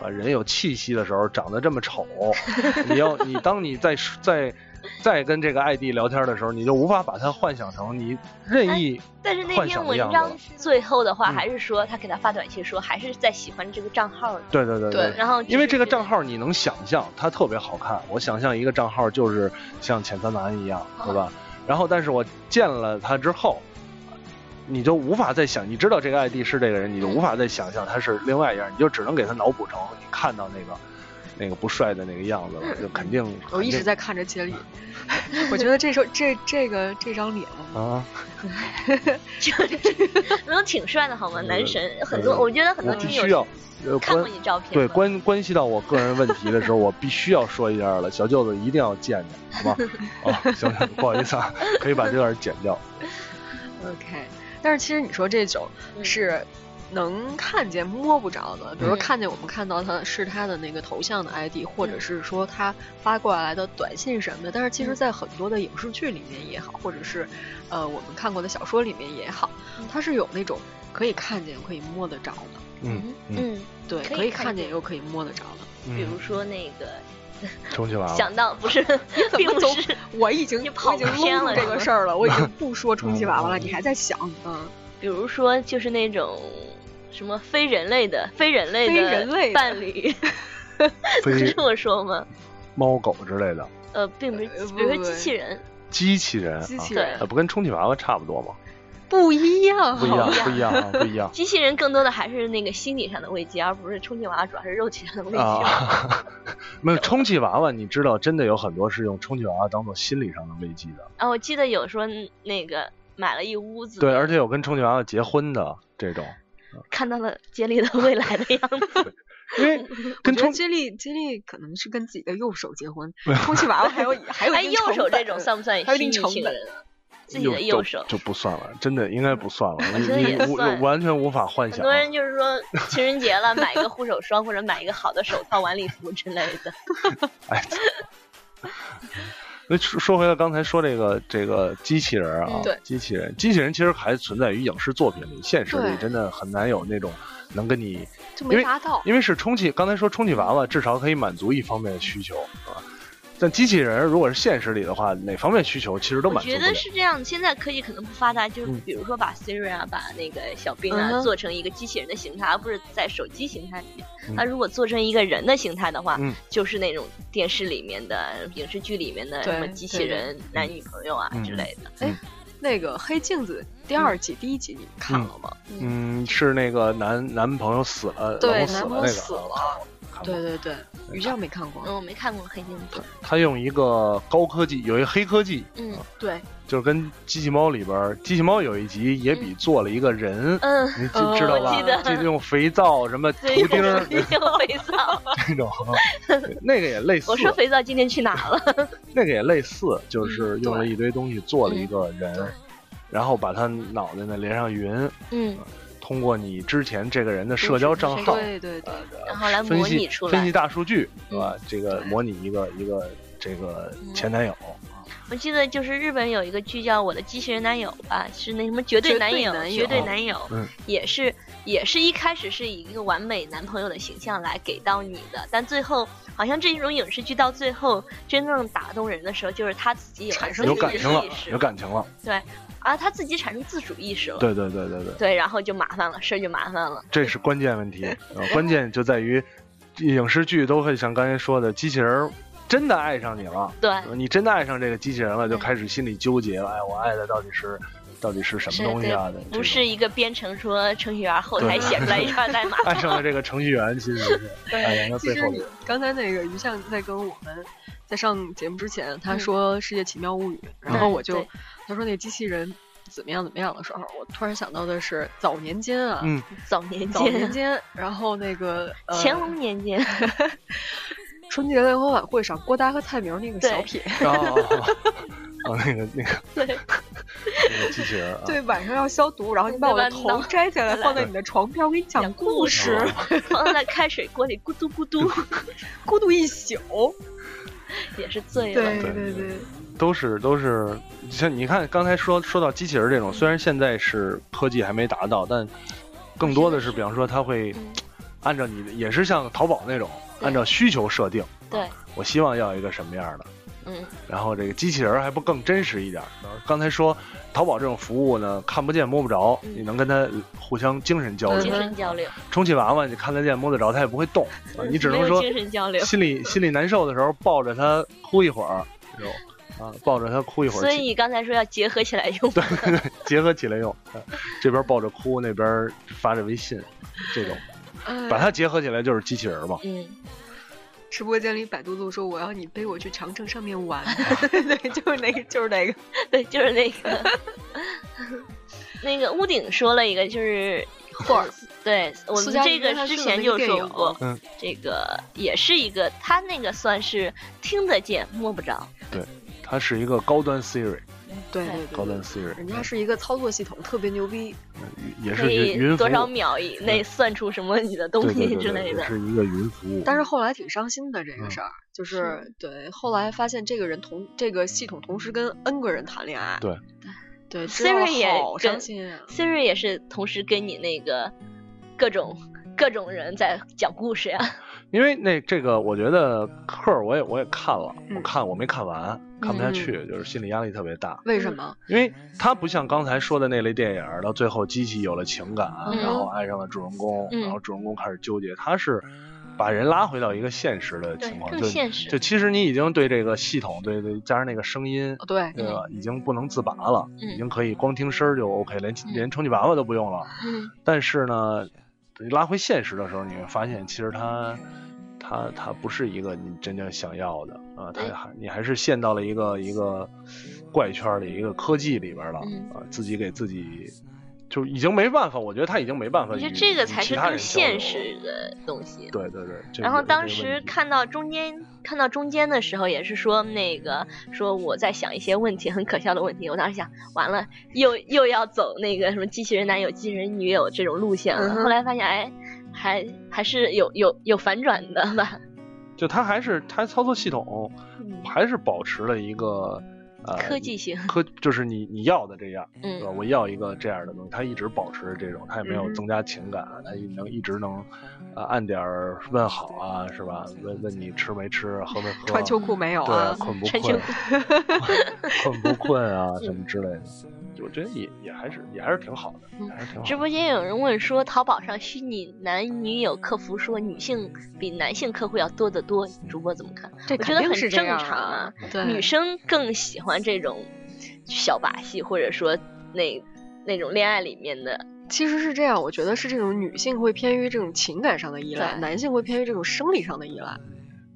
[SPEAKER 3] 啊，人有气息的时候，长得这
[SPEAKER 1] *laughs*
[SPEAKER 3] 么丑，你要你当你在在在跟这个 ID 聊天的时候，你就无法把它幻想成你任意
[SPEAKER 1] 哎但是那
[SPEAKER 3] 幻
[SPEAKER 1] 篇
[SPEAKER 3] 想的
[SPEAKER 1] 文
[SPEAKER 3] 样子
[SPEAKER 1] 章
[SPEAKER 3] 了
[SPEAKER 1] 最后的话
[SPEAKER 3] 嗯
[SPEAKER 1] 还是说，他给他发短信说还是在喜欢这个账号的，
[SPEAKER 3] 对对对
[SPEAKER 2] 对
[SPEAKER 1] 然后
[SPEAKER 3] 因为
[SPEAKER 1] 只是
[SPEAKER 3] 这个
[SPEAKER 1] 觉
[SPEAKER 3] 账
[SPEAKER 1] 得
[SPEAKER 3] 号你能想象，它特别好看。我想象一个账号就是像浅三男一样，对吧？
[SPEAKER 2] 嗯
[SPEAKER 3] 然后，但是我见了他之后，你就无法再想，你知道这个 ID 是这个人，你就无法再想象他是另外一样，你就只能给他脑补成你看到那个那个不帅的那个样子了，就肯定。
[SPEAKER 2] 嗯我一直在看着接力，
[SPEAKER 3] 嗯
[SPEAKER 2] *laughs* 我觉得这时候这这个这张脸，
[SPEAKER 3] 啊，
[SPEAKER 1] 能挺帅的好吗？
[SPEAKER 3] 嗯
[SPEAKER 1] 男神很多，
[SPEAKER 3] 嗯
[SPEAKER 1] 我觉得很
[SPEAKER 3] 我
[SPEAKER 1] 多
[SPEAKER 3] 必
[SPEAKER 1] 听
[SPEAKER 3] 须要
[SPEAKER 1] 友
[SPEAKER 3] 呃
[SPEAKER 1] 看
[SPEAKER 3] 关
[SPEAKER 1] 过你照片，
[SPEAKER 3] 对，关关系到我个人问题的时候，我必须要说一下了，小舅子一定要见见，
[SPEAKER 1] *laughs*
[SPEAKER 3] 好吧？哦，行行，不好意思啊，可以把这段剪掉。
[SPEAKER 2] OK，但是其实你说这种
[SPEAKER 1] 嗯
[SPEAKER 2] 是能看见摸不着的，比如说
[SPEAKER 1] 嗯
[SPEAKER 2] 看见我们看到他是他的那个头像的 ID，或者
[SPEAKER 1] 嗯
[SPEAKER 2] 是说他发过来的短信什么的。但是其实，
[SPEAKER 1] 嗯
[SPEAKER 2] 在很多的影视剧里面也好，或者是呃我们看过的小说里面也好
[SPEAKER 1] 嗯，
[SPEAKER 2] 它是有那种可以看见可以摸得着的，
[SPEAKER 3] 嗯嗯，
[SPEAKER 1] 嗯，
[SPEAKER 2] 对，
[SPEAKER 1] 可以
[SPEAKER 2] 可以
[SPEAKER 1] 看
[SPEAKER 2] 看见
[SPEAKER 1] 见
[SPEAKER 2] 又可以摸得着的。
[SPEAKER 1] 比如说那个
[SPEAKER 3] 充气娃娃，
[SPEAKER 1] *laughs* 想到不是，
[SPEAKER 2] *laughs* 怎
[SPEAKER 1] 并
[SPEAKER 2] 么
[SPEAKER 1] 不
[SPEAKER 2] 总
[SPEAKER 1] 是，
[SPEAKER 2] 我已经
[SPEAKER 1] 你
[SPEAKER 2] 我
[SPEAKER 1] 跑
[SPEAKER 2] 已经
[SPEAKER 1] 偏
[SPEAKER 2] 搂
[SPEAKER 1] 了
[SPEAKER 2] 住这
[SPEAKER 1] 是
[SPEAKER 2] 个
[SPEAKER 1] 吗
[SPEAKER 2] 事儿了，我
[SPEAKER 3] *laughs*
[SPEAKER 2] 已经不说充气娃娃了，
[SPEAKER 3] 嗯嗯
[SPEAKER 2] 你还在想，嗯，
[SPEAKER 1] 比如说就是那种什么非人类的、非人类的
[SPEAKER 2] 非人类的
[SPEAKER 1] 伴侣，
[SPEAKER 3] *laughs* 非
[SPEAKER 1] 是 *laughs* 这么说吗？
[SPEAKER 3] 猫狗之类的
[SPEAKER 1] 呃，并不是，
[SPEAKER 2] 呃
[SPEAKER 1] 比如
[SPEAKER 2] 不
[SPEAKER 1] 说机器人，
[SPEAKER 3] 机器人，
[SPEAKER 2] 机器
[SPEAKER 1] 对
[SPEAKER 3] 啊
[SPEAKER 2] 人
[SPEAKER 3] 呃，不跟充气娃娃差不多吗？
[SPEAKER 2] 不一样，
[SPEAKER 3] 不一样
[SPEAKER 1] 哦不一，样
[SPEAKER 3] 不一样啊，不一样
[SPEAKER 1] 机器人更多的还是那个心理上的慰藉，而不是充气娃娃主要是肉体上 *laughs* 的慰藉。
[SPEAKER 3] 啊！ *laughs* 没有充气娃娃，你知道，真的有很多是用充气娃娃当做心理上的慰藉的。
[SPEAKER 1] 啊，我记得有说那个买了一屋子，
[SPEAKER 3] 对，而且有跟充气娃娃结婚的这种，
[SPEAKER 1] 看到了杰里的未来的样子，
[SPEAKER 3] 因为跟
[SPEAKER 2] 我觉得
[SPEAKER 3] 充
[SPEAKER 2] 接力接力可能是跟自己的右手结婚，充气娃娃还有还有一
[SPEAKER 1] 哎，
[SPEAKER 2] 定
[SPEAKER 1] 右
[SPEAKER 2] 成
[SPEAKER 1] 手这
[SPEAKER 2] 本
[SPEAKER 1] 种算不算
[SPEAKER 2] 还有一
[SPEAKER 1] 虚拟
[SPEAKER 2] 定成
[SPEAKER 1] 情
[SPEAKER 2] 本
[SPEAKER 1] 人啊？自己的
[SPEAKER 3] 就
[SPEAKER 1] 右手，
[SPEAKER 3] 就不算了，真的应该不算了，
[SPEAKER 1] 我 *laughs*
[SPEAKER 3] 你
[SPEAKER 1] 觉得
[SPEAKER 3] 你
[SPEAKER 1] 也
[SPEAKER 3] 无
[SPEAKER 1] 算
[SPEAKER 3] 完全无法幻
[SPEAKER 1] 很
[SPEAKER 3] 想
[SPEAKER 1] 多。人就是
[SPEAKER 3] *laughs*
[SPEAKER 1] 说情人节了，买一个护手霜或者买一个好的手套、晚礼服之类的。
[SPEAKER 3] 哎，那说说回到刚才说这个这个机器人啊
[SPEAKER 1] 嗯，
[SPEAKER 2] 对
[SPEAKER 3] 机器人，机器人其实还存在于影视作品里，现实里
[SPEAKER 2] 对
[SPEAKER 3] 真的很难有那种能跟你
[SPEAKER 2] 就
[SPEAKER 3] 因
[SPEAKER 2] 没
[SPEAKER 3] 为
[SPEAKER 2] 达到。
[SPEAKER 3] 因为是充气，刚才说充气娃娃至少可以满足一方面的需求啊。但机器人如果是现实里的话，哪方面需求其实都
[SPEAKER 1] 我
[SPEAKER 3] 满足
[SPEAKER 1] 觉
[SPEAKER 3] 不
[SPEAKER 1] 得
[SPEAKER 3] 了。
[SPEAKER 1] 是这样，现在科技可能不发达，就是
[SPEAKER 3] 嗯
[SPEAKER 1] 比如说把 Siri 啊，把那个小兵啊、
[SPEAKER 2] 嗯哼
[SPEAKER 1] 做成一个机器人的形态，而不是在手机形态里面。
[SPEAKER 3] 嗯
[SPEAKER 1] 那、如果做成一个人的形态的话，
[SPEAKER 3] 嗯
[SPEAKER 1] 就是那种电视里面的、影视剧里面的
[SPEAKER 2] 对
[SPEAKER 1] 什么机器
[SPEAKER 2] 对
[SPEAKER 1] 人男女朋友啊
[SPEAKER 3] 嗯
[SPEAKER 1] 之类的。
[SPEAKER 2] 那个《黑镜子》第二季第一集你看了吗？
[SPEAKER 3] 嗯，是那个男男朋友死了，
[SPEAKER 2] 对，
[SPEAKER 3] 老公死
[SPEAKER 2] 男
[SPEAKER 3] 了
[SPEAKER 2] 朋友
[SPEAKER 3] 那个。
[SPEAKER 2] 死了。
[SPEAKER 3] 看过
[SPEAKER 2] 对对对，于酱没看过。
[SPEAKER 1] 嗯，我没看过《黑镜子》。
[SPEAKER 3] 他用一个高科技，有一黑科技，
[SPEAKER 1] 嗯
[SPEAKER 2] 对，
[SPEAKER 3] 就是跟机器猫里边儿，机器猫有一集也比做了一个人，
[SPEAKER 1] 嗯，
[SPEAKER 3] 你记
[SPEAKER 2] 嗯
[SPEAKER 3] 知道
[SPEAKER 2] 我
[SPEAKER 3] 吧
[SPEAKER 1] 记得？
[SPEAKER 3] 就用肥皂什么头
[SPEAKER 1] 对，
[SPEAKER 3] 钉儿
[SPEAKER 1] 用肥皂。
[SPEAKER 3] 那种，
[SPEAKER 1] *laughs*
[SPEAKER 3] 那个也类似
[SPEAKER 1] 我，说肥皂今天去哪了？
[SPEAKER 3] 那个也类似，就是用了一堆东西做了一个
[SPEAKER 1] 对
[SPEAKER 3] 人，然后把他脑袋呢连上云，
[SPEAKER 1] 嗯，
[SPEAKER 3] 通过你之前这个人的社交账号，
[SPEAKER 2] 对对对，
[SPEAKER 1] 然后来
[SPEAKER 3] 分
[SPEAKER 1] 模拟
[SPEAKER 3] 析
[SPEAKER 1] 出
[SPEAKER 3] 分析
[SPEAKER 1] 来。
[SPEAKER 3] 大数据，是
[SPEAKER 1] 嗯
[SPEAKER 3] 吧？这个模拟一个一个这个前男友，
[SPEAKER 1] 嗯我记得就是日本有一个剧叫《我的机器人男友》吧，是那什么绝对
[SPEAKER 2] 绝
[SPEAKER 1] 男
[SPEAKER 2] 对
[SPEAKER 1] 友，
[SPEAKER 2] 男
[SPEAKER 1] 绝
[SPEAKER 2] 友
[SPEAKER 1] 对男友，
[SPEAKER 3] 嗯
[SPEAKER 1] 也是也是一开始是以一个完美男朋友的形象来给到你的，但最后好像这种影视剧到最后真正打动人的时候，就是他自己有了
[SPEAKER 2] 产
[SPEAKER 1] 自
[SPEAKER 2] 生
[SPEAKER 1] 己的
[SPEAKER 3] 有感情了
[SPEAKER 1] 意，识，
[SPEAKER 3] 有感情了，
[SPEAKER 1] 啊，他自己产生自主意识了，
[SPEAKER 3] 对对对对对。
[SPEAKER 1] 对然后就麻烦了，事儿就麻烦了，
[SPEAKER 3] 这是关键
[SPEAKER 2] *laughs*
[SPEAKER 3] 问题，呃、关键就在于影视剧都会像刚才说的，机器人儿真的爱上你了，
[SPEAKER 1] 对，
[SPEAKER 3] 呃你真的爱上这个机器人了，就
[SPEAKER 1] 嗯
[SPEAKER 3] 开始心里纠结，哎，我爱的到底是到底是什
[SPEAKER 1] 是
[SPEAKER 3] 么东西啊？这
[SPEAKER 1] 不
[SPEAKER 3] 种
[SPEAKER 1] 是一个编程说程序员后台
[SPEAKER 3] 对，
[SPEAKER 1] 写出来一串代码
[SPEAKER 3] 爱上了这个程序员，其实
[SPEAKER 2] *laughs*
[SPEAKER 3] 是哎爱上了
[SPEAKER 2] 其
[SPEAKER 3] 背
[SPEAKER 2] 实
[SPEAKER 3] 后
[SPEAKER 2] 你
[SPEAKER 3] *laughs* 的。
[SPEAKER 2] 刚才那个于酱在跟我们在上节目之前，他
[SPEAKER 1] 嗯
[SPEAKER 2] 说《世界奇妙物语》，然
[SPEAKER 3] 嗯
[SPEAKER 2] 后我就
[SPEAKER 1] 对
[SPEAKER 2] 他说那机器人怎么样怎么样的时候，我突然想到的是早年间啊，
[SPEAKER 3] 嗯，
[SPEAKER 1] *laughs* 早年
[SPEAKER 2] 早年
[SPEAKER 1] 间，
[SPEAKER 2] 间，然后那个呃
[SPEAKER 1] 乾隆年
[SPEAKER 3] *laughs*
[SPEAKER 1] 间，
[SPEAKER 2] 春节联欢晚会上，郭达和蔡明那个小
[SPEAKER 1] 对
[SPEAKER 2] 品，
[SPEAKER 3] 然后，哦，那个那个
[SPEAKER 1] 对。
[SPEAKER 3] 那个机器人啊，
[SPEAKER 2] *laughs* 对，晚上要消毒，然后你把
[SPEAKER 1] 对
[SPEAKER 2] 我的
[SPEAKER 1] 吧
[SPEAKER 2] 头
[SPEAKER 1] 挠
[SPEAKER 2] 摘下来放在你的床边，我给你讲
[SPEAKER 1] 讲故
[SPEAKER 2] 故事，
[SPEAKER 1] *laughs*
[SPEAKER 3] 啊
[SPEAKER 1] 放在开水锅里咕嘟咕
[SPEAKER 3] *laughs*
[SPEAKER 1] 嘟，
[SPEAKER 2] 孤独一宿。
[SPEAKER 1] 也是醉
[SPEAKER 2] 对
[SPEAKER 1] 了。
[SPEAKER 3] 对
[SPEAKER 2] 对对，
[SPEAKER 3] 都是都是，像你看刚才说说到机器人这种，虽然现在是科技还没达到，但更多的是，比方说它会
[SPEAKER 1] 嗯
[SPEAKER 3] 按照你的，也是像淘宝那种，
[SPEAKER 1] 对
[SPEAKER 3] 按照需求设定，
[SPEAKER 1] 对，
[SPEAKER 3] 我希望要一个什么样的，
[SPEAKER 1] 嗯，
[SPEAKER 3] 然后这个机器人还不更真实一点儿？刚才说淘宝这种服务呢，看不见摸不着，
[SPEAKER 1] 嗯
[SPEAKER 3] 你能跟它互相精神交
[SPEAKER 1] 精
[SPEAKER 3] 流。
[SPEAKER 1] 神交流，
[SPEAKER 3] 充气娃娃你看得见摸得着，它也不会
[SPEAKER 1] *laughs*
[SPEAKER 3] 动，啊你只
[SPEAKER 1] 没
[SPEAKER 3] 能
[SPEAKER 1] 有
[SPEAKER 3] 说
[SPEAKER 1] 精神交流。
[SPEAKER 3] 心里心里难受的时候抱着它哭一会儿，这种啊，抱着它哭一会儿，
[SPEAKER 1] 嗯所以你刚才说要结合起来用，
[SPEAKER 3] *laughs* 结合起来用，啊这边抱着哭，那边发着微信，这种
[SPEAKER 2] 哎
[SPEAKER 3] 把它结合起来就是机器人嘛。
[SPEAKER 1] 嗯，
[SPEAKER 2] 直播间里百度度说我要你背我去长城上面玩，
[SPEAKER 3] 啊
[SPEAKER 2] *laughs* 对，就是那个，就是那个，
[SPEAKER 1] 对，就是那个，那个屋顶说了一个，就是
[SPEAKER 2] 霍尔
[SPEAKER 1] 对我
[SPEAKER 2] 苏
[SPEAKER 1] 们
[SPEAKER 2] 嘉
[SPEAKER 1] 这
[SPEAKER 2] 玲跟
[SPEAKER 1] 个
[SPEAKER 2] 他
[SPEAKER 1] 之
[SPEAKER 2] 是
[SPEAKER 1] 前
[SPEAKER 2] 有
[SPEAKER 1] 就
[SPEAKER 2] 那个电
[SPEAKER 1] 说
[SPEAKER 2] 影
[SPEAKER 1] 过，
[SPEAKER 3] 嗯
[SPEAKER 1] 这个也是一个，他那个算是听得见摸不着，
[SPEAKER 3] 它是一个高端 Siri，
[SPEAKER 1] 嗯
[SPEAKER 2] 对
[SPEAKER 1] 对
[SPEAKER 2] 对
[SPEAKER 3] 高
[SPEAKER 2] 对
[SPEAKER 3] 端 Siri，嗯
[SPEAKER 2] 人家是一个操作系统特别牛逼，
[SPEAKER 3] 也
[SPEAKER 1] 可
[SPEAKER 3] 是
[SPEAKER 1] 以
[SPEAKER 3] 云云服
[SPEAKER 1] 多少
[SPEAKER 3] 务。
[SPEAKER 1] 秒以内算出什么你的东
[SPEAKER 3] 对对
[SPEAKER 1] 西
[SPEAKER 3] 对
[SPEAKER 1] 之类
[SPEAKER 3] 对
[SPEAKER 1] 的
[SPEAKER 3] 对，是一个云服务。
[SPEAKER 2] 但是后来挺伤心的这个
[SPEAKER 3] 嗯
[SPEAKER 2] 事儿，就是对，后来发现这个人同这个系统同时跟 N 个人谈恋爱，
[SPEAKER 3] 对
[SPEAKER 2] 对
[SPEAKER 1] Siri
[SPEAKER 2] 这
[SPEAKER 1] 也
[SPEAKER 2] 好
[SPEAKER 1] 跟
[SPEAKER 2] 伤心啊，
[SPEAKER 1] Siri 也是同时跟你那个各种各种人在讲故事呀、
[SPEAKER 3] 因为那这个，我觉得课儿我也我也看了，
[SPEAKER 2] 嗯
[SPEAKER 3] 我看我没看完，看不下去，
[SPEAKER 1] 嗯
[SPEAKER 3] 就是心理压力特别大。
[SPEAKER 2] 为什么？
[SPEAKER 3] 因为它不像刚才说的那类电影儿，到最后机器有了情感，
[SPEAKER 1] 嗯
[SPEAKER 3] 然后爱上了主人公，
[SPEAKER 1] 嗯
[SPEAKER 3] 然后主人公开始纠结，它是把人拉回到一个现实的情况，
[SPEAKER 1] 更
[SPEAKER 3] 就
[SPEAKER 1] 现实
[SPEAKER 3] 就其实你已经对这个系统，对对，加上那个声音。
[SPEAKER 2] 哦对，
[SPEAKER 3] 对吧？已经不能自拔了，
[SPEAKER 1] 嗯
[SPEAKER 3] 已经可以光听声儿就 OK，连
[SPEAKER 1] 嗯
[SPEAKER 3] 连充气娃娃都不用了。
[SPEAKER 1] 嗯，
[SPEAKER 3] 但是呢，拉回现实的时候，你会发现其实它。它它不是一个你真正想要的啊，它
[SPEAKER 1] 对
[SPEAKER 3] 还你还是陷到了一个一个怪圈里，一个科技里边了、
[SPEAKER 1] 嗯
[SPEAKER 3] 啊，自己给自己就已经没办法，我觉得他已经没办法
[SPEAKER 1] 我
[SPEAKER 3] 与。
[SPEAKER 1] 觉得这个
[SPEAKER 3] 与
[SPEAKER 1] 才
[SPEAKER 3] 其
[SPEAKER 1] 是
[SPEAKER 3] 他
[SPEAKER 1] 更
[SPEAKER 3] 人交流
[SPEAKER 1] 现
[SPEAKER 3] 了。
[SPEAKER 1] 实的东西。
[SPEAKER 3] 对对对。这
[SPEAKER 1] 然
[SPEAKER 3] 个
[SPEAKER 1] 后
[SPEAKER 3] 这
[SPEAKER 1] 当
[SPEAKER 3] 个
[SPEAKER 1] 时
[SPEAKER 3] 问题
[SPEAKER 1] 看到中间看到中间的时候，也是说那个说我在想一些问题，很可笑的问题。我当时想，完了又又要走那个什么机器人男友、机器人女友这种路线了。
[SPEAKER 2] 嗯哼
[SPEAKER 1] 后来发现，哎，还还是有有有反转的吧。
[SPEAKER 3] 就他还是他操作系统
[SPEAKER 1] 嗯
[SPEAKER 3] 还是保持了一个呃
[SPEAKER 1] 科技型
[SPEAKER 3] 科就是你你要的这样，对吧？
[SPEAKER 1] 嗯，
[SPEAKER 3] 我要一个这样的东西，他一直保持着这种，他也没有
[SPEAKER 1] 嗯
[SPEAKER 3] 增加情感，啊他一能一直能，呃，按点儿问好啊，是吧？问问你吃没吃，喝没喝，
[SPEAKER 2] 穿秋裤没有
[SPEAKER 3] 对啊
[SPEAKER 2] 啊，？
[SPEAKER 3] 困不
[SPEAKER 1] 穿
[SPEAKER 3] 困？
[SPEAKER 1] 秋
[SPEAKER 3] 困不困啊？什
[SPEAKER 1] 嗯
[SPEAKER 3] 么之类的，我觉得也也还是也还是挺好的，
[SPEAKER 2] 嗯
[SPEAKER 3] 还是挺好
[SPEAKER 1] 直
[SPEAKER 3] 的。
[SPEAKER 1] 播间有人问说，淘宝上虚拟男女友客服说女性比男性客户要多得多，主播怎么看？
[SPEAKER 2] 这
[SPEAKER 1] 我
[SPEAKER 2] 肯
[SPEAKER 1] 觉得
[SPEAKER 2] 定
[SPEAKER 1] 很
[SPEAKER 2] 是这
[SPEAKER 1] 正
[SPEAKER 2] 样
[SPEAKER 1] 常啊
[SPEAKER 2] 啊。对，
[SPEAKER 1] 女生更喜欢这种小把戏，或者说那那种恋爱里面的，
[SPEAKER 2] 其实是这样，我觉得是这种女性会偏于这种情感上的依赖，
[SPEAKER 1] 对
[SPEAKER 2] 男性会偏于这种生理上的依赖。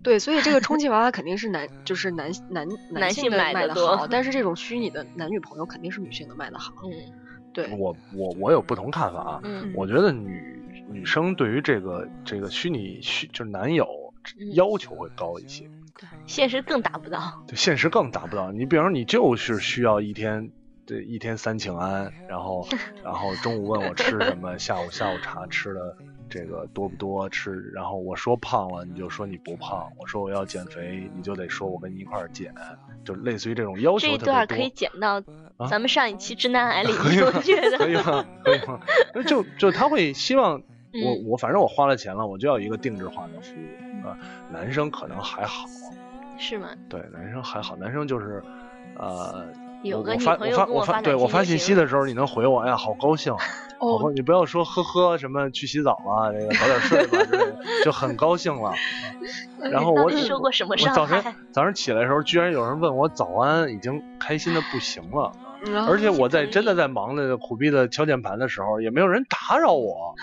[SPEAKER 2] 对，所以这个充气娃娃肯定是男，就是男男
[SPEAKER 1] 男性
[SPEAKER 2] 性的
[SPEAKER 1] 买
[SPEAKER 2] 卖
[SPEAKER 1] 得
[SPEAKER 2] 的
[SPEAKER 1] 多
[SPEAKER 2] *laughs* 好，但是这种虚拟的男女朋友肯定是女性的卖的好。
[SPEAKER 1] 嗯
[SPEAKER 2] 对，
[SPEAKER 3] 我我我有不同看法啊，
[SPEAKER 1] 嗯
[SPEAKER 3] 我觉得女女生对于这个这个虚拟虚就是男友
[SPEAKER 1] 嗯
[SPEAKER 3] 要求会高一些，
[SPEAKER 1] 现实更达不到。
[SPEAKER 3] 对现实更达不到。你比方说，你就是需要一天，这一天三请安，然
[SPEAKER 1] *laughs*
[SPEAKER 3] 后然后中午问我吃什么，下午下午茶吃的这个多不多吃，然后我说胖了，你就说你不胖；我说我要减肥，你就得说我跟你一块儿减，就类似于这种要
[SPEAKER 1] 这
[SPEAKER 3] 求
[SPEAKER 1] 一
[SPEAKER 3] 特别多。
[SPEAKER 1] 段可以剪到
[SPEAKER 3] 啊
[SPEAKER 1] 咱们上一期《直男
[SPEAKER 3] *laughs*
[SPEAKER 1] 癌》里，你我觉
[SPEAKER 3] 可以
[SPEAKER 1] 得，
[SPEAKER 3] 吗？可以吗？就就他会希望我
[SPEAKER 1] 嗯，
[SPEAKER 3] 我反正我花了钱了，我就要一个定制化的服务啊、男生可能还好，
[SPEAKER 1] 是
[SPEAKER 2] *laughs*
[SPEAKER 1] 吗？
[SPEAKER 3] 对，男生还好，男生就是，呃，
[SPEAKER 1] 有
[SPEAKER 3] 我
[SPEAKER 1] 个
[SPEAKER 3] 我
[SPEAKER 1] 女
[SPEAKER 3] 发
[SPEAKER 1] 朋
[SPEAKER 3] 我
[SPEAKER 1] 友
[SPEAKER 3] 发
[SPEAKER 1] 跟
[SPEAKER 3] 我
[SPEAKER 1] 我
[SPEAKER 3] 发
[SPEAKER 1] 发
[SPEAKER 3] 对
[SPEAKER 1] 短
[SPEAKER 3] 我
[SPEAKER 1] 信
[SPEAKER 3] 发
[SPEAKER 1] 就
[SPEAKER 3] 信息
[SPEAKER 1] 行
[SPEAKER 3] 的时候，你能回我，哎呀，好
[SPEAKER 1] *laughs*
[SPEAKER 3] 高兴，好高
[SPEAKER 2] 哦，
[SPEAKER 3] 兴，你不要说呵呵什么去洗澡啊了，这个早点睡吧之类的，就很高兴
[SPEAKER 1] *laughs*
[SPEAKER 3] 了。
[SPEAKER 2] 嗯
[SPEAKER 3] 然后
[SPEAKER 1] 到
[SPEAKER 3] 我
[SPEAKER 1] 底受过什么
[SPEAKER 3] 我
[SPEAKER 1] 伤
[SPEAKER 3] 早
[SPEAKER 1] 害
[SPEAKER 3] 晨？早晨起来的时候，居然有人问我早安，已经开心的不行了。
[SPEAKER 1] 哦
[SPEAKER 2] 然后
[SPEAKER 3] 嗯而且我在
[SPEAKER 1] 同
[SPEAKER 3] 真的
[SPEAKER 1] 意
[SPEAKER 3] 在忙的苦逼的敲键盘的时候，也没有人打
[SPEAKER 1] *laughs*
[SPEAKER 3] 扰我。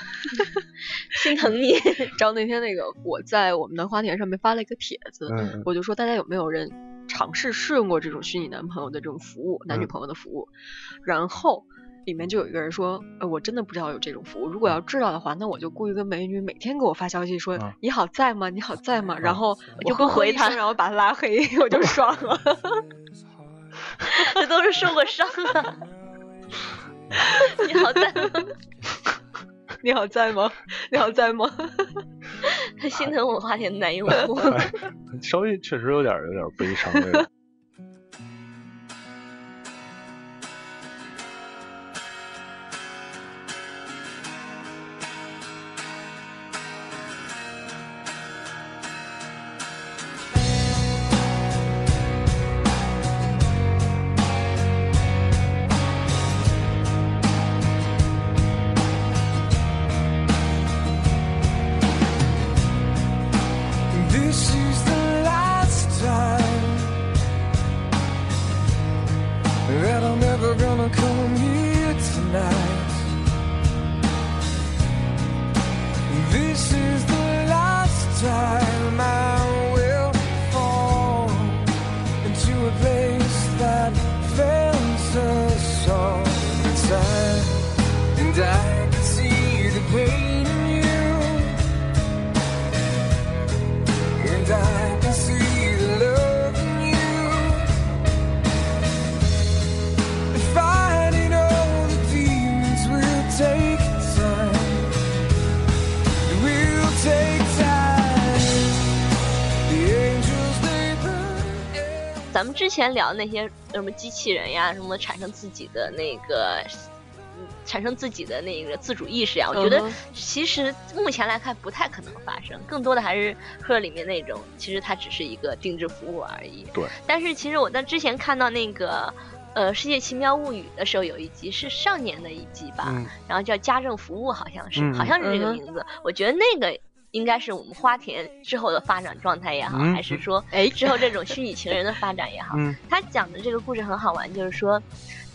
[SPEAKER 1] 心疼你，
[SPEAKER 2] 然后那天那个我在我们的花田上面发了一个帖子，
[SPEAKER 3] 嗯，
[SPEAKER 2] 我就说大家有没有人尝试试用过这种虚拟男朋友的这种服务，男女
[SPEAKER 3] 嗯
[SPEAKER 2] 朋友的服务？然后里面就有一个人说，呃，我真的不知道有这种服务，如果要知道的话，那我就雇一个美女每天给我发消息说、
[SPEAKER 3] 啊
[SPEAKER 2] 你好在吗？你好在吗？
[SPEAKER 3] 啊
[SPEAKER 2] 然后
[SPEAKER 1] 我就
[SPEAKER 2] 呵
[SPEAKER 1] 不
[SPEAKER 2] 呵
[SPEAKER 1] 回
[SPEAKER 2] 一
[SPEAKER 1] 他
[SPEAKER 2] 声然后把他拉黑，我就爽了。
[SPEAKER 1] 这 *laughs* 都是受过伤啊。 *laughs* 你好在吗？
[SPEAKER 2] 你好在吗？ *laughs* 你好在吗？
[SPEAKER 1] *laughs*
[SPEAKER 2] 啊
[SPEAKER 1] 心疼我花钱男用户。
[SPEAKER 2] *laughs*
[SPEAKER 3] 稍微确实有点有点悲伤
[SPEAKER 1] *laughs*
[SPEAKER 3] 这个。
[SPEAKER 4] This is the last time that I'm ever gonna come here tonight. This is the last time I will fall into a place that fails us all inside. And I can see the pain in you. And I can see the love in you. Fighting all the demons will take time. It will take time. The angels they burn.
[SPEAKER 1] 咱们之前聊那些什么机器人呀，什么产生自己的那个，嗯产生自己的那个自主意识呀，我觉得
[SPEAKER 2] 嗯哼
[SPEAKER 1] 其实目前来看不太可能发生，更多的还是贺里面那种，其实它只是一个定制服务而已。
[SPEAKER 3] 对。
[SPEAKER 1] 但是其实我在之前看到那个。呃，《世界奇妙物语》的时候有一集是上年的一集吧，
[SPEAKER 3] 嗯，
[SPEAKER 1] 然后叫家政服务，好像是，
[SPEAKER 3] 嗯
[SPEAKER 1] 好像是这个
[SPEAKER 2] 嗯哼
[SPEAKER 1] 名字。我觉得那个应该是我们花田之后的发展状态也好，
[SPEAKER 3] 嗯
[SPEAKER 1] 还是说
[SPEAKER 2] 哎，
[SPEAKER 1] 之后这种虚拟情人的发展也好，
[SPEAKER 3] 嗯
[SPEAKER 1] 他讲的这个故事很好玩，就是说，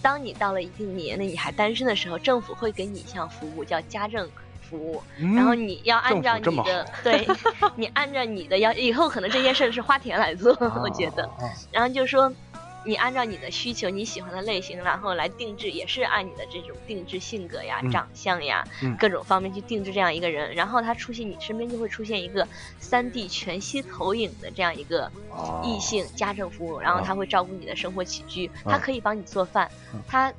[SPEAKER 1] 当你到了一定年龄你还单身的时候，政府会给你一项服务叫家政服务，
[SPEAKER 3] 嗯
[SPEAKER 1] 然后你要按照
[SPEAKER 3] 政
[SPEAKER 1] 你
[SPEAKER 3] 府这么
[SPEAKER 1] 的对， *laughs* 你按照你的要以后可能这件事是花田来做，我觉得，
[SPEAKER 3] 啊啊
[SPEAKER 1] 然后就说。你按照你的需求、你喜欢的类型，然后来定制，也是按你的这种定制性格呀、
[SPEAKER 3] 嗯
[SPEAKER 1] 长相呀、
[SPEAKER 3] 嗯
[SPEAKER 1] 各种方面去定制这样一个人，然后他出现你身边就会出现一个三 D 全息投影的这样一个
[SPEAKER 3] 哦
[SPEAKER 1] 异性家政服务，然后他会照顾你的生活起居，他可以帮你做饭
[SPEAKER 3] 嗯，
[SPEAKER 1] 他，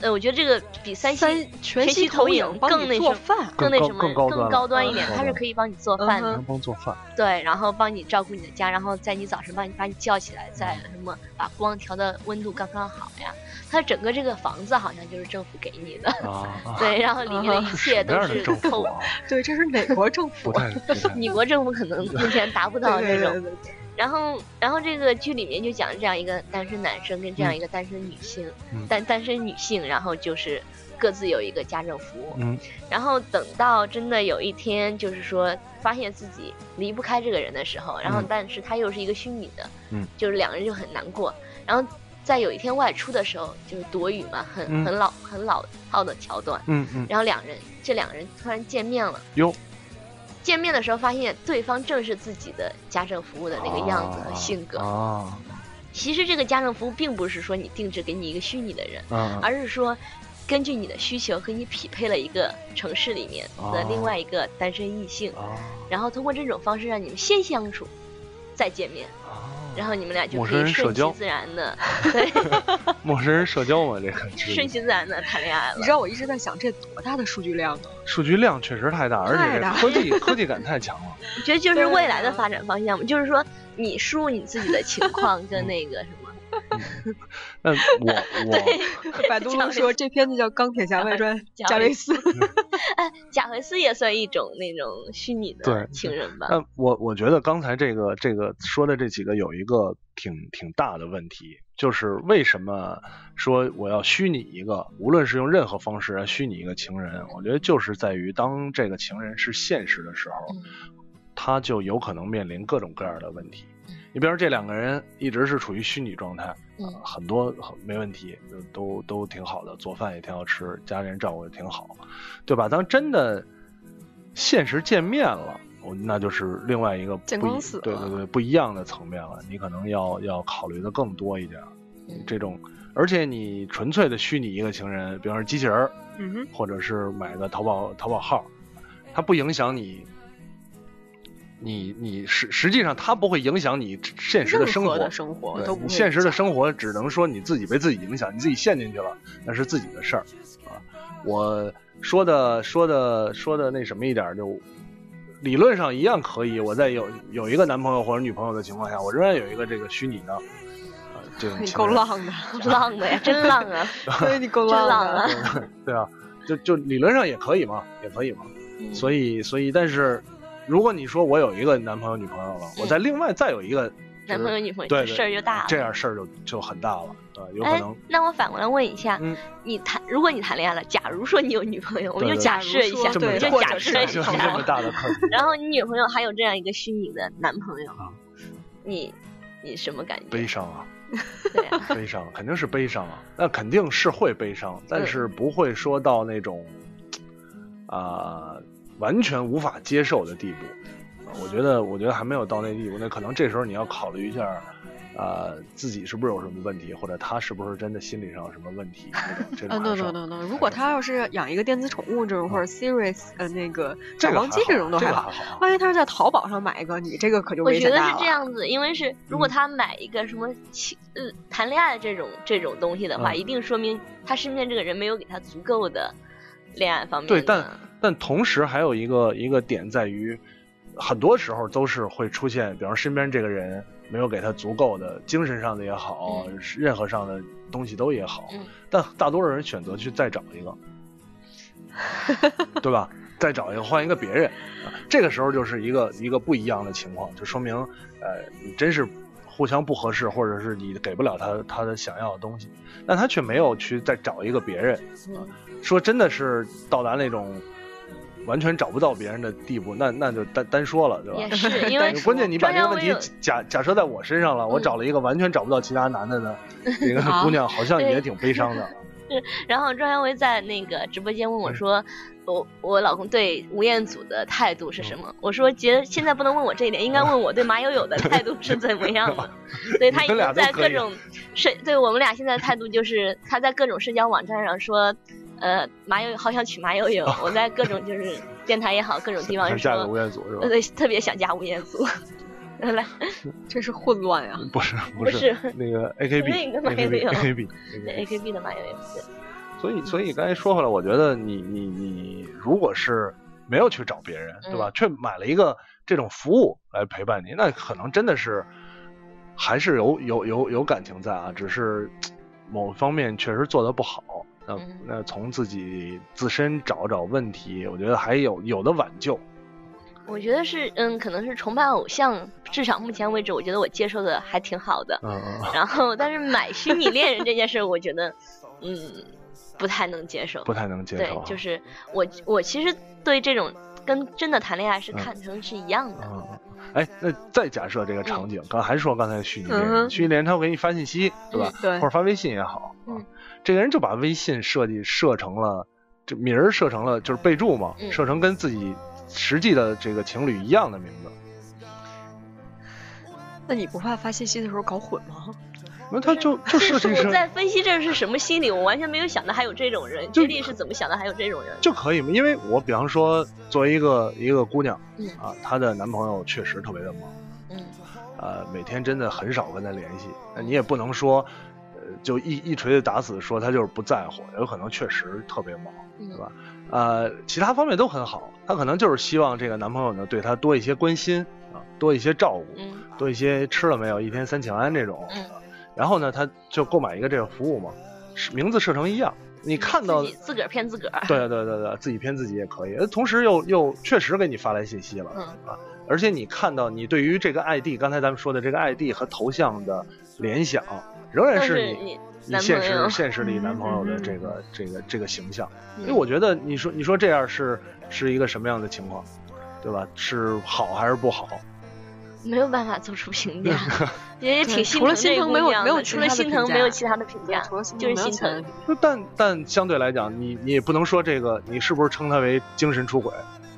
[SPEAKER 1] 呃，我觉得这个比三星
[SPEAKER 2] 三全
[SPEAKER 1] 全息
[SPEAKER 2] 息
[SPEAKER 1] 投
[SPEAKER 2] 投
[SPEAKER 1] 影
[SPEAKER 2] 影帮
[SPEAKER 1] 更那
[SPEAKER 2] 你做
[SPEAKER 1] 什么
[SPEAKER 2] 饭，
[SPEAKER 1] 更那
[SPEAKER 3] 更
[SPEAKER 1] 什么
[SPEAKER 3] 更高端了
[SPEAKER 1] 端一点，
[SPEAKER 3] 嗯
[SPEAKER 1] 他是可以帮你做
[SPEAKER 2] 嗯
[SPEAKER 1] 饭的
[SPEAKER 2] 哼
[SPEAKER 3] 能帮做
[SPEAKER 1] *laughs*
[SPEAKER 3] 饭，
[SPEAKER 1] 对，然后帮你照顾你的家，然后在你早晨帮你把你叫起来，再什么把光调的温度刚刚好呀。它整个这个房子好像就是政府给你的，
[SPEAKER 3] 啊，啊，
[SPEAKER 1] 对，然后里面
[SPEAKER 2] 嗯
[SPEAKER 1] 的一切
[SPEAKER 3] 什么
[SPEAKER 1] 都
[SPEAKER 3] 样的
[SPEAKER 1] 是
[SPEAKER 3] 政府
[SPEAKER 1] 透。
[SPEAKER 3] 啊？
[SPEAKER 2] 对，这是哪国政府
[SPEAKER 3] 不？
[SPEAKER 1] *laughs*
[SPEAKER 3] 太不太
[SPEAKER 1] 米国政府可能目前达不
[SPEAKER 2] 对
[SPEAKER 1] 到
[SPEAKER 2] 对
[SPEAKER 1] 这
[SPEAKER 2] 对
[SPEAKER 1] 种。
[SPEAKER 2] 对对
[SPEAKER 1] 然后，然后这个剧里面就讲这样一个单身男生跟这样一个单身女性
[SPEAKER 3] 嗯，
[SPEAKER 1] 单单身女性，然后就是各自有一个家政服务。
[SPEAKER 3] 嗯
[SPEAKER 1] 然后等到真的有一天，就是说发现自己离不开这个人的时候，然后
[SPEAKER 3] 嗯
[SPEAKER 1] 但是他又是一个虚拟的，
[SPEAKER 3] 嗯，
[SPEAKER 1] 就是两个人就很难过。然后在有一天外出的时候，就是躲雨嘛，很、
[SPEAKER 3] 嗯
[SPEAKER 1] 很老很老套的桥段。
[SPEAKER 3] 嗯嗯，
[SPEAKER 1] 然后两人这两个人突然见面了，
[SPEAKER 3] 哟，
[SPEAKER 1] 见面的时候发现对方正是自己的家政服务的那个样子和性格。
[SPEAKER 3] 啊
[SPEAKER 1] 其实这个家政服务并不是说你定制给你一个虚拟的人，
[SPEAKER 3] 啊啊
[SPEAKER 1] 而是说根据你的需求和你匹配了一个城市里面
[SPEAKER 3] 哦
[SPEAKER 1] 的另外一个单身异性，
[SPEAKER 3] 啊
[SPEAKER 1] 然后通过这种方式让你们先相处，再见面，
[SPEAKER 3] 啊！
[SPEAKER 1] 然后你们俩就
[SPEAKER 3] 陌
[SPEAKER 1] 可
[SPEAKER 3] 生
[SPEAKER 1] 以
[SPEAKER 3] 人社
[SPEAKER 1] 顺其
[SPEAKER 3] 交
[SPEAKER 1] 自然的，
[SPEAKER 3] 陌生人社交嘛，这个
[SPEAKER 1] *laughs* 顺其自然的谈恋爱
[SPEAKER 2] 你
[SPEAKER 1] 了。
[SPEAKER 2] 知道我一直在想，这多大的数
[SPEAKER 1] *laughs*
[SPEAKER 2] 据量啊！
[SPEAKER 3] 数据量确实太大，而
[SPEAKER 2] 太
[SPEAKER 3] 且
[SPEAKER 2] 大
[SPEAKER 3] 科技科技感太强了。
[SPEAKER 1] 我觉得就是未来的
[SPEAKER 2] 对啊
[SPEAKER 1] 发展方向嘛，就是说你输入你自己的情
[SPEAKER 3] *laughs*
[SPEAKER 1] 况跟那个什么，
[SPEAKER 3] 嗯那我我
[SPEAKER 2] 百度路说这片子叫《钢铁侠外传》，
[SPEAKER 1] 贾
[SPEAKER 2] 贾
[SPEAKER 1] 维
[SPEAKER 2] 维
[SPEAKER 1] *laughs*
[SPEAKER 2] 斯。
[SPEAKER 1] 哎，贾维斯也算一种那种虚拟的
[SPEAKER 3] 对呃
[SPEAKER 1] 情人吧？
[SPEAKER 3] 那我我觉得刚才这个这个说的这几个有一个挺挺大的问题，就是为什么说我要虚拟一个，无论是用任何方式来虚拟一个情人，我觉得就是在于当这个情人是现实的时候，
[SPEAKER 1] 嗯
[SPEAKER 3] 他就有可能面临各种各样的问题。你比如说这两个人一直是处于虚拟状态，呃
[SPEAKER 1] 嗯
[SPEAKER 3] 很多很没问题，呃都都挺好的，做饭也挺好吃，家里人照顾也挺好，对吧？当真的现实见面了，我那就是另外一个不
[SPEAKER 2] 见光死
[SPEAKER 3] 一对
[SPEAKER 2] 了
[SPEAKER 3] 对对，不一样的层面了。你可能要要考虑的更多一点，
[SPEAKER 1] 嗯
[SPEAKER 3] 这种，而且你纯粹的虚拟一个情人，比方说机器人儿，
[SPEAKER 2] 嗯哼，
[SPEAKER 3] 或者是买个淘宝淘宝号，它不影响你，你你实实际上它不会影响你现实的
[SPEAKER 2] 任
[SPEAKER 3] 生
[SPEAKER 2] 何
[SPEAKER 3] 活，
[SPEAKER 2] 的生活
[SPEAKER 3] 对
[SPEAKER 2] 都不
[SPEAKER 3] 你
[SPEAKER 2] 会
[SPEAKER 3] 现实的
[SPEAKER 2] 讲
[SPEAKER 3] 生活只能说你自己被自己影响，你自己陷进去了，那是自己的事儿啊。我说的说的说的那什么一点儿就。理论上一样可以，我在有有一个男朋友或者女朋友的情况下，我仍然有一个这个虚拟的，呃，这种
[SPEAKER 2] 你
[SPEAKER 3] 情
[SPEAKER 2] 够
[SPEAKER 3] 人
[SPEAKER 2] 浪的，
[SPEAKER 1] *laughs* 浪的呀，真浪
[SPEAKER 3] *laughs*
[SPEAKER 1] 啊！
[SPEAKER 2] 对你够
[SPEAKER 1] 真浪
[SPEAKER 2] 的。
[SPEAKER 1] 啊！
[SPEAKER 3] 对啊，就就理论上也可以嘛，也可以嘛。
[SPEAKER 1] 嗯
[SPEAKER 3] 所以所以，但是如果你说我有一个男朋友女朋友了，我再另外再有一个
[SPEAKER 1] 嗯男朋友女朋友这
[SPEAKER 3] 对对
[SPEAKER 1] 事儿就大了。
[SPEAKER 3] 这样事儿就就很大了，呃，有可
[SPEAKER 1] 哎
[SPEAKER 3] 能，
[SPEAKER 1] 那我反过来问一下，
[SPEAKER 3] 嗯
[SPEAKER 1] 你谈如果你谈恋爱了，假如说你有女朋友，我们
[SPEAKER 3] 对
[SPEAKER 1] 就
[SPEAKER 3] 对
[SPEAKER 1] 假设一下，
[SPEAKER 2] 假
[SPEAKER 3] 这
[SPEAKER 2] 如
[SPEAKER 1] 我们
[SPEAKER 2] 说
[SPEAKER 3] 么
[SPEAKER 1] 就
[SPEAKER 2] 对或
[SPEAKER 1] 假
[SPEAKER 2] 者
[SPEAKER 1] 设
[SPEAKER 2] 是
[SPEAKER 1] 一
[SPEAKER 3] 就
[SPEAKER 1] 下，
[SPEAKER 3] 这么大的课题，
[SPEAKER 1] 然后你女朋友还有这样一个虚拟的男朋友，你你什么感
[SPEAKER 3] 悲
[SPEAKER 1] 觉？
[SPEAKER 3] 伤啊，
[SPEAKER 1] 对啊，
[SPEAKER 2] *laughs*
[SPEAKER 3] 悲伤，肯定是悲伤啊，那肯定是会悲伤，但是不会说到那种啊、完全无法接受的地步。啊我觉得，我觉得还没有到那地步，那可能这时候你要考虑一下，啊、自己是不是有什么问题，或者他是不是真的心理上有什么问题，这
[SPEAKER 2] 啊
[SPEAKER 3] 种这种
[SPEAKER 2] ，no
[SPEAKER 3] 还是
[SPEAKER 2] no no no！如果他要是养一个电子宠物这种，或者 Series 呃那个
[SPEAKER 3] 嗯这
[SPEAKER 2] 小
[SPEAKER 3] 个还
[SPEAKER 2] 黄
[SPEAKER 3] 好
[SPEAKER 2] 鸡这种都
[SPEAKER 3] 这
[SPEAKER 2] 还
[SPEAKER 3] 个
[SPEAKER 2] 好。
[SPEAKER 3] 还好，啊
[SPEAKER 2] 万一他是在淘宝上买一个，你这个可就
[SPEAKER 1] 我
[SPEAKER 2] 危
[SPEAKER 1] 觉
[SPEAKER 2] 险
[SPEAKER 1] 得
[SPEAKER 2] 大
[SPEAKER 1] 是
[SPEAKER 2] 了。
[SPEAKER 1] 这样子，因为
[SPEAKER 3] 嗯
[SPEAKER 1] 是如果他买一个什么情呃谈恋爱的这种这种东西的话，
[SPEAKER 3] 嗯
[SPEAKER 1] 一定说明他身边这个人没有给他足够的恋爱方面
[SPEAKER 3] 对
[SPEAKER 1] 的
[SPEAKER 3] 但但同时还有一个一个点在于，很多时候都是会出现，比方身边这个人没有给他足够的精神上的也好，
[SPEAKER 1] 嗯
[SPEAKER 3] 是任何上的东西都也好，
[SPEAKER 1] 嗯
[SPEAKER 3] 但大多数人选择去再找一个，
[SPEAKER 1] *laughs*
[SPEAKER 3] 对吧？再找一个，换一个别人，啊这个时候就是一个一个不一样的情况，就说明，呃，你真是互相不合适，或者是你给不了他他的想要的东西，但他却没有去再找一个别人，
[SPEAKER 1] 嗯
[SPEAKER 3] 说真的是到达那种完全找不到别人的地步，那那就单单说了，对吧？ *laughs*
[SPEAKER 1] 也是因为
[SPEAKER 2] 单
[SPEAKER 3] 关键你把
[SPEAKER 1] 中
[SPEAKER 3] 这个
[SPEAKER 1] 央
[SPEAKER 3] 问
[SPEAKER 1] 微
[SPEAKER 3] 题
[SPEAKER 1] 有
[SPEAKER 3] 假假设在我身上了，我
[SPEAKER 1] 嗯
[SPEAKER 3] 找了一个完全找不到其他男的的那个
[SPEAKER 2] 啊
[SPEAKER 3] 姑娘，好像
[SPEAKER 1] 对
[SPEAKER 3] 也挺悲伤的。
[SPEAKER 1] 然后庄小薇在那个直播间问
[SPEAKER 3] 嗯
[SPEAKER 1] 我说，我我老公对吴彦祖的态度是什么？我说杰现在不能问我这一点，应该问我对马友友的态度是怎么样
[SPEAKER 3] *laughs*
[SPEAKER 1] 的。所以他已
[SPEAKER 3] 你们俩
[SPEAKER 1] 经
[SPEAKER 3] 都
[SPEAKER 1] 在
[SPEAKER 3] 可
[SPEAKER 1] 各
[SPEAKER 3] 以
[SPEAKER 1] 种社，对我们俩现在的态度就是他在各种社交网站上说。呃，马友友好想娶马友
[SPEAKER 3] *laughs*
[SPEAKER 1] 友，我在各种就是电台也好，各种地方
[SPEAKER 3] 想
[SPEAKER 1] 就
[SPEAKER 3] 嫁给
[SPEAKER 1] 说，
[SPEAKER 3] 吴彦祖是吧
[SPEAKER 1] 呃？ *laughs* 对，特别想嫁吴彦祖。来，
[SPEAKER 2] 真是混乱呀、
[SPEAKER 3] 不是
[SPEAKER 1] 不
[SPEAKER 3] 不是
[SPEAKER 1] 是
[SPEAKER 3] 那个
[SPEAKER 1] 那
[SPEAKER 3] AKB
[SPEAKER 1] 个
[SPEAKER 3] AKB
[SPEAKER 1] 马友友
[SPEAKER 3] AKB
[SPEAKER 1] 对 A K B 的马友友，对
[SPEAKER 3] 所以，所以刚才说回来，我觉得你你你如果是没有去找别人，对吧？却买了一个这种服务来陪伴你，那可能真的是还是有有有有感情在啊，只是嘖某方面确实做得不好。那
[SPEAKER 1] 嗯
[SPEAKER 3] 那从自己自身找找问题，我觉得还有有的挽救。
[SPEAKER 1] 我觉得是，嗯，可能是崇拜偶像，至少目前为止，我觉得我接受的还挺好的。
[SPEAKER 3] 嗯嗯，嗯
[SPEAKER 1] 然后，但是买虚拟恋人这件事儿，我觉得，嗯，不太能接受。
[SPEAKER 3] 不太能接
[SPEAKER 1] 对
[SPEAKER 3] 受啊。，
[SPEAKER 1] 就是我，我其实对这种跟真的谈恋爱是看成是一样的。
[SPEAKER 3] 嗯，哎，那再假设这个场景，刚还是说刚才虚拟恋
[SPEAKER 2] 嗯哼
[SPEAKER 3] 人，虚拟恋人他会给你发信息，对吧？
[SPEAKER 2] 对
[SPEAKER 3] *laughs* 或者发微信也好，啊
[SPEAKER 1] 嗯
[SPEAKER 3] 这个人就把微信设计设成了这名儿设成了就是备注嘛，
[SPEAKER 1] 嗯
[SPEAKER 3] 设成跟自己实际的这个情侣一样的名字。
[SPEAKER 2] 那你不怕发信息的时候搞混吗？
[SPEAKER 3] 那他就就设计
[SPEAKER 1] 是我
[SPEAKER 3] 成
[SPEAKER 1] 在分析这是什么心理，我完全没有想到还有这种人。
[SPEAKER 3] 就
[SPEAKER 1] 这里是怎么想到还有这种人？
[SPEAKER 3] 就可以嘛？因为我比方说，作为一个一个姑娘
[SPEAKER 1] 嗯
[SPEAKER 3] 啊，她的男朋友确实特别的忙，
[SPEAKER 1] 嗯
[SPEAKER 3] 呃，每天真的很少跟他联系。那你也不能说，呃，就一一锤子打死说他就是不在乎，有可能确实特别忙。
[SPEAKER 1] 嗯
[SPEAKER 3] 吧呃，其他方面都很好，她可能就是希望这个男朋友呢对她多一些关心啊，多一些照顾，
[SPEAKER 1] 嗯
[SPEAKER 3] 多一些吃了没有，一天三请安这种。
[SPEAKER 1] 嗯，
[SPEAKER 3] 然后呢，她就购买一个这个服务嘛，是名字设成一样，你看到
[SPEAKER 1] 自己啊自个儿骗自个
[SPEAKER 3] *laughs*
[SPEAKER 1] 儿。
[SPEAKER 3] 对对对对，自己骗自己也可以，呃同时又又确实给你发来信息了，
[SPEAKER 1] 嗯
[SPEAKER 3] 啊，而且你看到你对于这个 ID，刚才咱们说的这个 ID 和头像的联想，仍然
[SPEAKER 1] 但
[SPEAKER 3] 是你
[SPEAKER 1] 你
[SPEAKER 3] 你
[SPEAKER 1] 男
[SPEAKER 3] 现
[SPEAKER 1] 朋
[SPEAKER 3] 实
[SPEAKER 1] 友，
[SPEAKER 3] 现实里男朋友的
[SPEAKER 2] 嗯
[SPEAKER 3] 这个这个这个形象，因为
[SPEAKER 1] 嗯
[SPEAKER 3] 我觉得你说你说这样是是一个什么样的情况，对吧？是好还是不好？
[SPEAKER 1] 没有办法做出评
[SPEAKER 3] *laughs*
[SPEAKER 1] 价，也也挺
[SPEAKER 2] 对
[SPEAKER 1] 心
[SPEAKER 2] 除了
[SPEAKER 1] 疼这
[SPEAKER 2] 心
[SPEAKER 1] 个
[SPEAKER 2] 疼
[SPEAKER 1] 姑
[SPEAKER 2] 没有
[SPEAKER 1] 娘
[SPEAKER 2] 没有
[SPEAKER 1] 的
[SPEAKER 2] 其
[SPEAKER 1] 除了
[SPEAKER 2] 他的
[SPEAKER 1] 心
[SPEAKER 2] 评
[SPEAKER 1] 疼没有
[SPEAKER 2] 价
[SPEAKER 1] 其他的评价，
[SPEAKER 2] 除了心
[SPEAKER 1] 就是
[SPEAKER 2] 疼没有
[SPEAKER 1] 心
[SPEAKER 2] 其他的
[SPEAKER 1] 疼
[SPEAKER 2] 评价
[SPEAKER 3] 就但但相对来讲，你你也不能说这个，你是不是称他为精神出轨？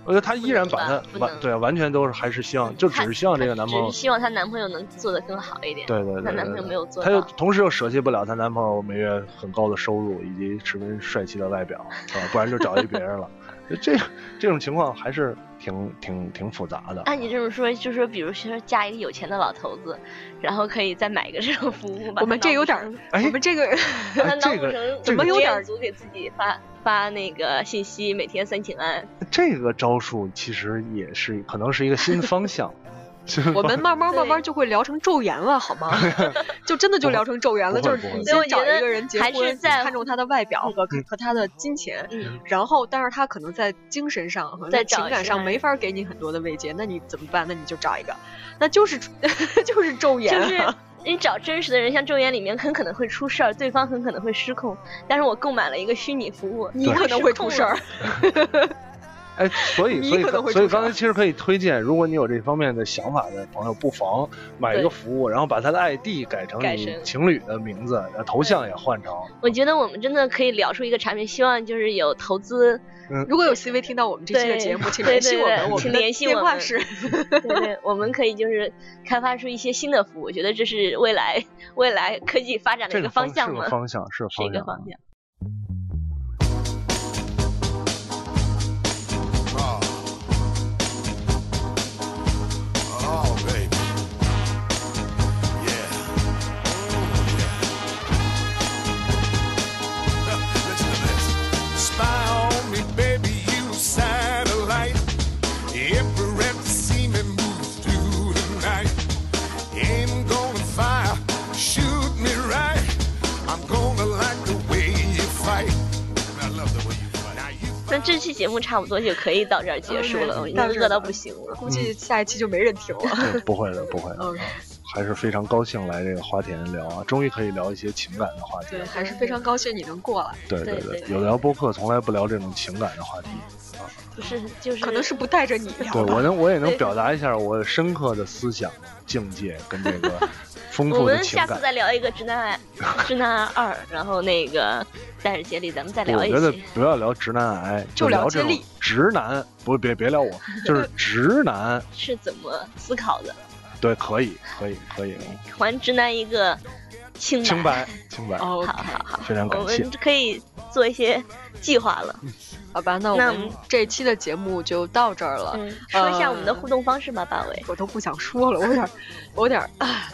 [SPEAKER 3] 我觉得她依然把她
[SPEAKER 1] 不能吧不能
[SPEAKER 3] 完对，完全都是还是希嗯望，就只是希望这个男朋友
[SPEAKER 1] 只是希望她男朋友能做得更好一点。
[SPEAKER 3] 对对对，
[SPEAKER 1] 她男
[SPEAKER 3] 对
[SPEAKER 1] 朋友
[SPEAKER 3] 对
[SPEAKER 1] 没有做
[SPEAKER 3] 她又
[SPEAKER 1] 到。
[SPEAKER 3] 同时又舍弃不了她男朋友每月很高的收入以及十分帅气的外表，啊，不然就找一别人了。 *laughs* 这这种情况还是挺挺挺复杂的。
[SPEAKER 1] 按你这么说，就是说，比如说嫁一个有钱的老头子，然后可以再买一个这种服务，把
[SPEAKER 2] 我们
[SPEAKER 1] 他
[SPEAKER 2] 这有
[SPEAKER 1] 脑补
[SPEAKER 2] 点
[SPEAKER 1] 成
[SPEAKER 2] 儿，
[SPEAKER 3] 哎
[SPEAKER 2] 我们这
[SPEAKER 3] *laughs*
[SPEAKER 2] 个
[SPEAKER 1] 把他
[SPEAKER 3] 哎
[SPEAKER 1] 脑
[SPEAKER 3] 这
[SPEAKER 1] 补
[SPEAKER 3] 个
[SPEAKER 1] 成
[SPEAKER 3] 这
[SPEAKER 1] 吴
[SPEAKER 3] 个
[SPEAKER 2] 有点
[SPEAKER 1] 彦祖给自己发发那个信息，每天三请安。
[SPEAKER 3] 这个招数其实也是可能是一个新方向。新
[SPEAKER 2] 我
[SPEAKER 3] 方
[SPEAKER 2] 们慢慢慢慢就会聊成咒言了，好吗？ *laughs* 就真的就聊成咒言了，
[SPEAKER 3] 不
[SPEAKER 2] 就
[SPEAKER 3] 会
[SPEAKER 2] 是
[SPEAKER 3] 不会嗯
[SPEAKER 2] 你
[SPEAKER 3] 所以
[SPEAKER 1] 我
[SPEAKER 2] 先
[SPEAKER 1] 觉
[SPEAKER 2] 找
[SPEAKER 1] 得
[SPEAKER 2] 一个人结
[SPEAKER 1] 还
[SPEAKER 2] 婚，
[SPEAKER 1] 是在
[SPEAKER 2] 你看中他的外表和和他的金钱，
[SPEAKER 1] 嗯，
[SPEAKER 2] 然后但是他可能在精神上和
[SPEAKER 1] 再找
[SPEAKER 2] 情感
[SPEAKER 1] 一
[SPEAKER 2] 上
[SPEAKER 1] 些
[SPEAKER 2] 没法给你很多的慰藉，那你怎么办？那你就找一个，那就是 *laughs* 就是咒言、
[SPEAKER 1] 就
[SPEAKER 2] 啊，
[SPEAKER 1] 是你找真实的人，像《咒言》里面很可能会出事儿，对方很可能会失控。但是我购买了一个虚拟服务，
[SPEAKER 2] 你可能会出事儿。
[SPEAKER 3] 哎，
[SPEAKER 1] *laughs*
[SPEAKER 3] 所以
[SPEAKER 2] 你
[SPEAKER 3] 所以
[SPEAKER 2] 可能会
[SPEAKER 3] 所以
[SPEAKER 2] 出手
[SPEAKER 3] 刚才其实可以推荐，如果你有这方面的想法的朋友，不妨买一个
[SPEAKER 1] 对
[SPEAKER 3] 服务，然后把他的 ID 改成
[SPEAKER 1] 改
[SPEAKER 3] 你
[SPEAKER 1] 成
[SPEAKER 3] 情侣的名字，然后头像也换成。
[SPEAKER 1] 我觉得我们真的可以聊出一个产品，希望就是有投
[SPEAKER 2] *laughs*
[SPEAKER 1] 资，
[SPEAKER 2] *laughs* 如果有 CV 听到我们这期的
[SPEAKER 1] *laughs*
[SPEAKER 2] 节目，
[SPEAKER 1] 对
[SPEAKER 2] 请联系
[SPEAKER 1] 对
[SPEAKER 2] 我
[SPEAKER 1] 对
[SPEAKER 2] 们，
[SPEAKER 1] 对
[SPEAKER 2] 我
[SPEAKER 1] 请
[SPEAKER 2] 们的
[SPEAKER 1] 联系
[SPEAKER 2] 电
[SPEAKER 1] 我
[SPEAKER 2] 话
[SPEAKER 1] 们
[SPEAKER 2] 是 *laughs*
[SPEAKER 1] 对对，我们可以就是开发出一些新的服务，我觉得这是未来未来科技发展的
[SPEAKER 3] 这
[SPEAKER 1] 一个
[SPEAKER 3] 方
[SPEAKER 1] 方向
[SPEAKER 3] 是
[SPEAKER 1] 嘛
[SPEAKER 3] 个，方向，是个
[SPEAKER 1] 是一
[SPEAKER 3] 方
[SPEAKER 1] 个
[SPEAKER 3] 向。啊
[SPEAKER 1] 方向。
[SPEAKER 6] Oh. Oh, baby. Yeah. Ooh, yeah. Listen to this. Spy on me, baby, you satellite. Every rep seam that moves through the night. Aim gonna fire, shoot me right. I'm gonna like the way you fight. I love the way you fight. Now you
[SPEAKER 1] 那这期节目差不多就可以到这儿结束了，
[SPEAKER 2] 嗯
[SPEAKER 1] 我已
[SPEAKER 2] 到
[SPEAKER 1] 经
[SPEAKER 2] 这儿
[SPEAKER 1] 饿到
[SPEAKER 2] 了
[SPEAKER 1] 不行了。嗯
[SPEAKER 2] 估计下一期就没人听了。
[SPEAKER 1] *laughs*
[SPEAKER 3] 对 *laughs* 不会的，不会的，
[SPEAKER 2] 嗯，
[SPEAKER 3] 还是非常高兴来这个花田聊啊，终于可以聊一些情感的话题
[SPEAKER 2] 对，
[SPEAKER 3] 了。
[SPEAKER 2] 还是非常高兴你能过来，
[SPEAKER 3] 对
[SPEAKER 1] 对
[SPEAKER 3] 对
[SPEAKER 1] 对，
[SPEAKER 3] 有聊播客从来不聊这种情感的
[SPEAKER 1] *laughs*
[SPEAKER 3] 话题。
[SPEAKER 1] 不是，就是
[SPEAKER 2] 可能是不带着你聊
[SPEAKER 3] 对
[SPEAKER 2] 吧。
[SPEAKER 3] 我能，我也能
[SPEAKER 1] 对 *laughs*
[SPEAKER 3] 表达一下我深刻的思想境界跟这个丰
[SPEAKER 1] 我
[SPEAKER 3] 富的
[SPEAKER 1] 们
[SPEAKER 3] 情
[SPEAKER 1] 下次
[SPEAKER 3] 感。
[SPEAKER 1] 再聊一个直男
[SPEAKER 3] *laughs*
[SPEAKER 1] 癌，直男癌二，然后那个带着杰里咱们再聊
[SPEAKER 3] 我
[SPEAKER 1] 一
[SPEAKER 3] 觉得
[SPEAKER 1] 期。
[SPEAKER 3] 不要聊直男
[SPEAKER 1] *laughs*
[SPEAKER 3] 癌，
[SPEAKER 2] 就聊
[SPEAKER 3] 聊这
[SPEAKER 2] 接
[SPEAKER 3] 种
[SPEAKER 2] 力
[SPEAKER 3] 直男，不别别聊我，就是直男，
[SPEAKER 1] 是怎么思考的，
[SPEAKER 3] 对，可以，可以，可
[SPEAKER 1] *laughs*
[SPEAKER 3] 以，
[SPEAKER 1] 还直男一个清白。
[SPEAKER 3] 清白，清白，
[SPEAKER 2] 哦，
[SPEAKER 1] 好好好，
[SPEAKER 3] 非常
[SPEAKER 1] 我
[SPEAKER 3] 感谢
[SPEAKER 1] 们。可以做一些计划了。
[SPEAKER 2] 好吧，那我
[SPEAKER 1] 那
[SPEAKER 2] 们这期的节目就到这儿了。
[SPEAKER 1] 嗯，说一下我们的互动方式吧，八尾。
[SPEAKER 2] 我都不想说了，我有点儿，我有点儿，唉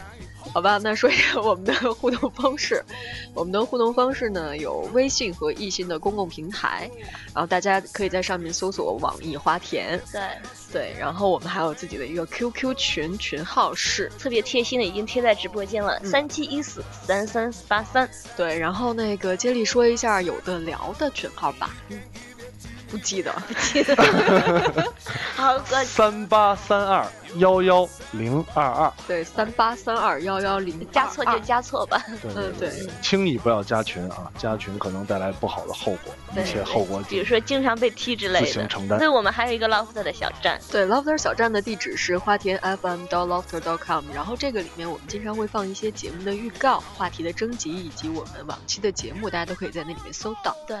[SPEAKER 2] 好吧，那说一下我们的互动方式。我们的互动方式呢，有微信和易信的公共平台，然后大家可以在上面搜索“网易花田
[SPEAKER 1] 对，”，
[SPEAKER 2] 对，然后我们还有自己的一个 QQ 群，群号是
[SPEAKER 1] 特别贴心的已经贴在直播间了，
[SPEAKER 2] 嗯
[SPEAKER 1] 三七一四三三八三。
[SPEAKER 2] 对，然后那个接力说一下有的聊的群号吧，嗯不记得，
[SPEAKER 1] 好，哥，
[SPEAKER 3] 三八三二幺幺零二二，
[SPEAKER 2] *laughs* 对，三八三二幺幺零，
[SPEAKER 1] 加错就，加错吧。
[SPEAKER 3] 对
[SPEAKER 2] 嗯对，
[SPEAKER 3] 轻易不要加群啊，加群可能带来不好的后果，
[SPEAKER 1] 对
[SPEAKER 3] 一切后果
[SPEAKER 1] 比如说经常被踢之类
[SPEAKER 3] 自
[SPEAKER 1] 的
[SPEAKER 3] 行。承担
[SPEAKER 1] 对，。我们还有一个 Loft 的小站，
[SPEAKER 2] 对，Lofter 小站的地址是花田 FM lofter com，然后这个里面我们经常会放一些节目的预告、话题的征集以及我们往期的节目，大家都可以在那里面搜到。
[SPEAKER 1] 对，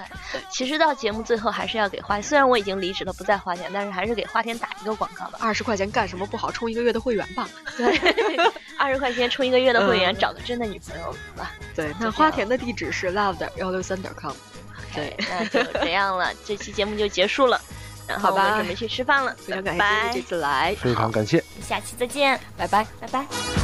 [SPEAKER 1] 其实到节目最后还是要给花，虽然我已经离职了，不在花田，但是还是给花田打一个广告吧。
[SPEAKER 2] 二十块钱干什么不好？充一个月的会员吧。
[SPEAKER 1] 对，二十块钱充一个月的会员，
[SPEAKER 2] 嗯
[SPEAKER 1] 找个真的女朋友吧。
[SPEAKER 2] 对，那花田的地址是 love 点幺六三点 com。对，
[SPEAKER 1] 那就这样了，这期节目就结束了。然后
[SPEAKER 2] 好
[SPEAKER 1] 我
[SPEAKER 2] 吧
[SPEAKER 1] 们准备去吃饭了，
[SPEAKER 2] 非常感
[SPEAKER 1] 拜
[SPEAKER 2] 谢
[SPEAKER 1] 拜
[SPEAKER 2] 这，次来，
[SPEAKER 3] 非常感谢。
[SPEAKER 1] 下期再见，
[SPEAKER 2] 拜拜。
[SPEAKER 1] 拜拜。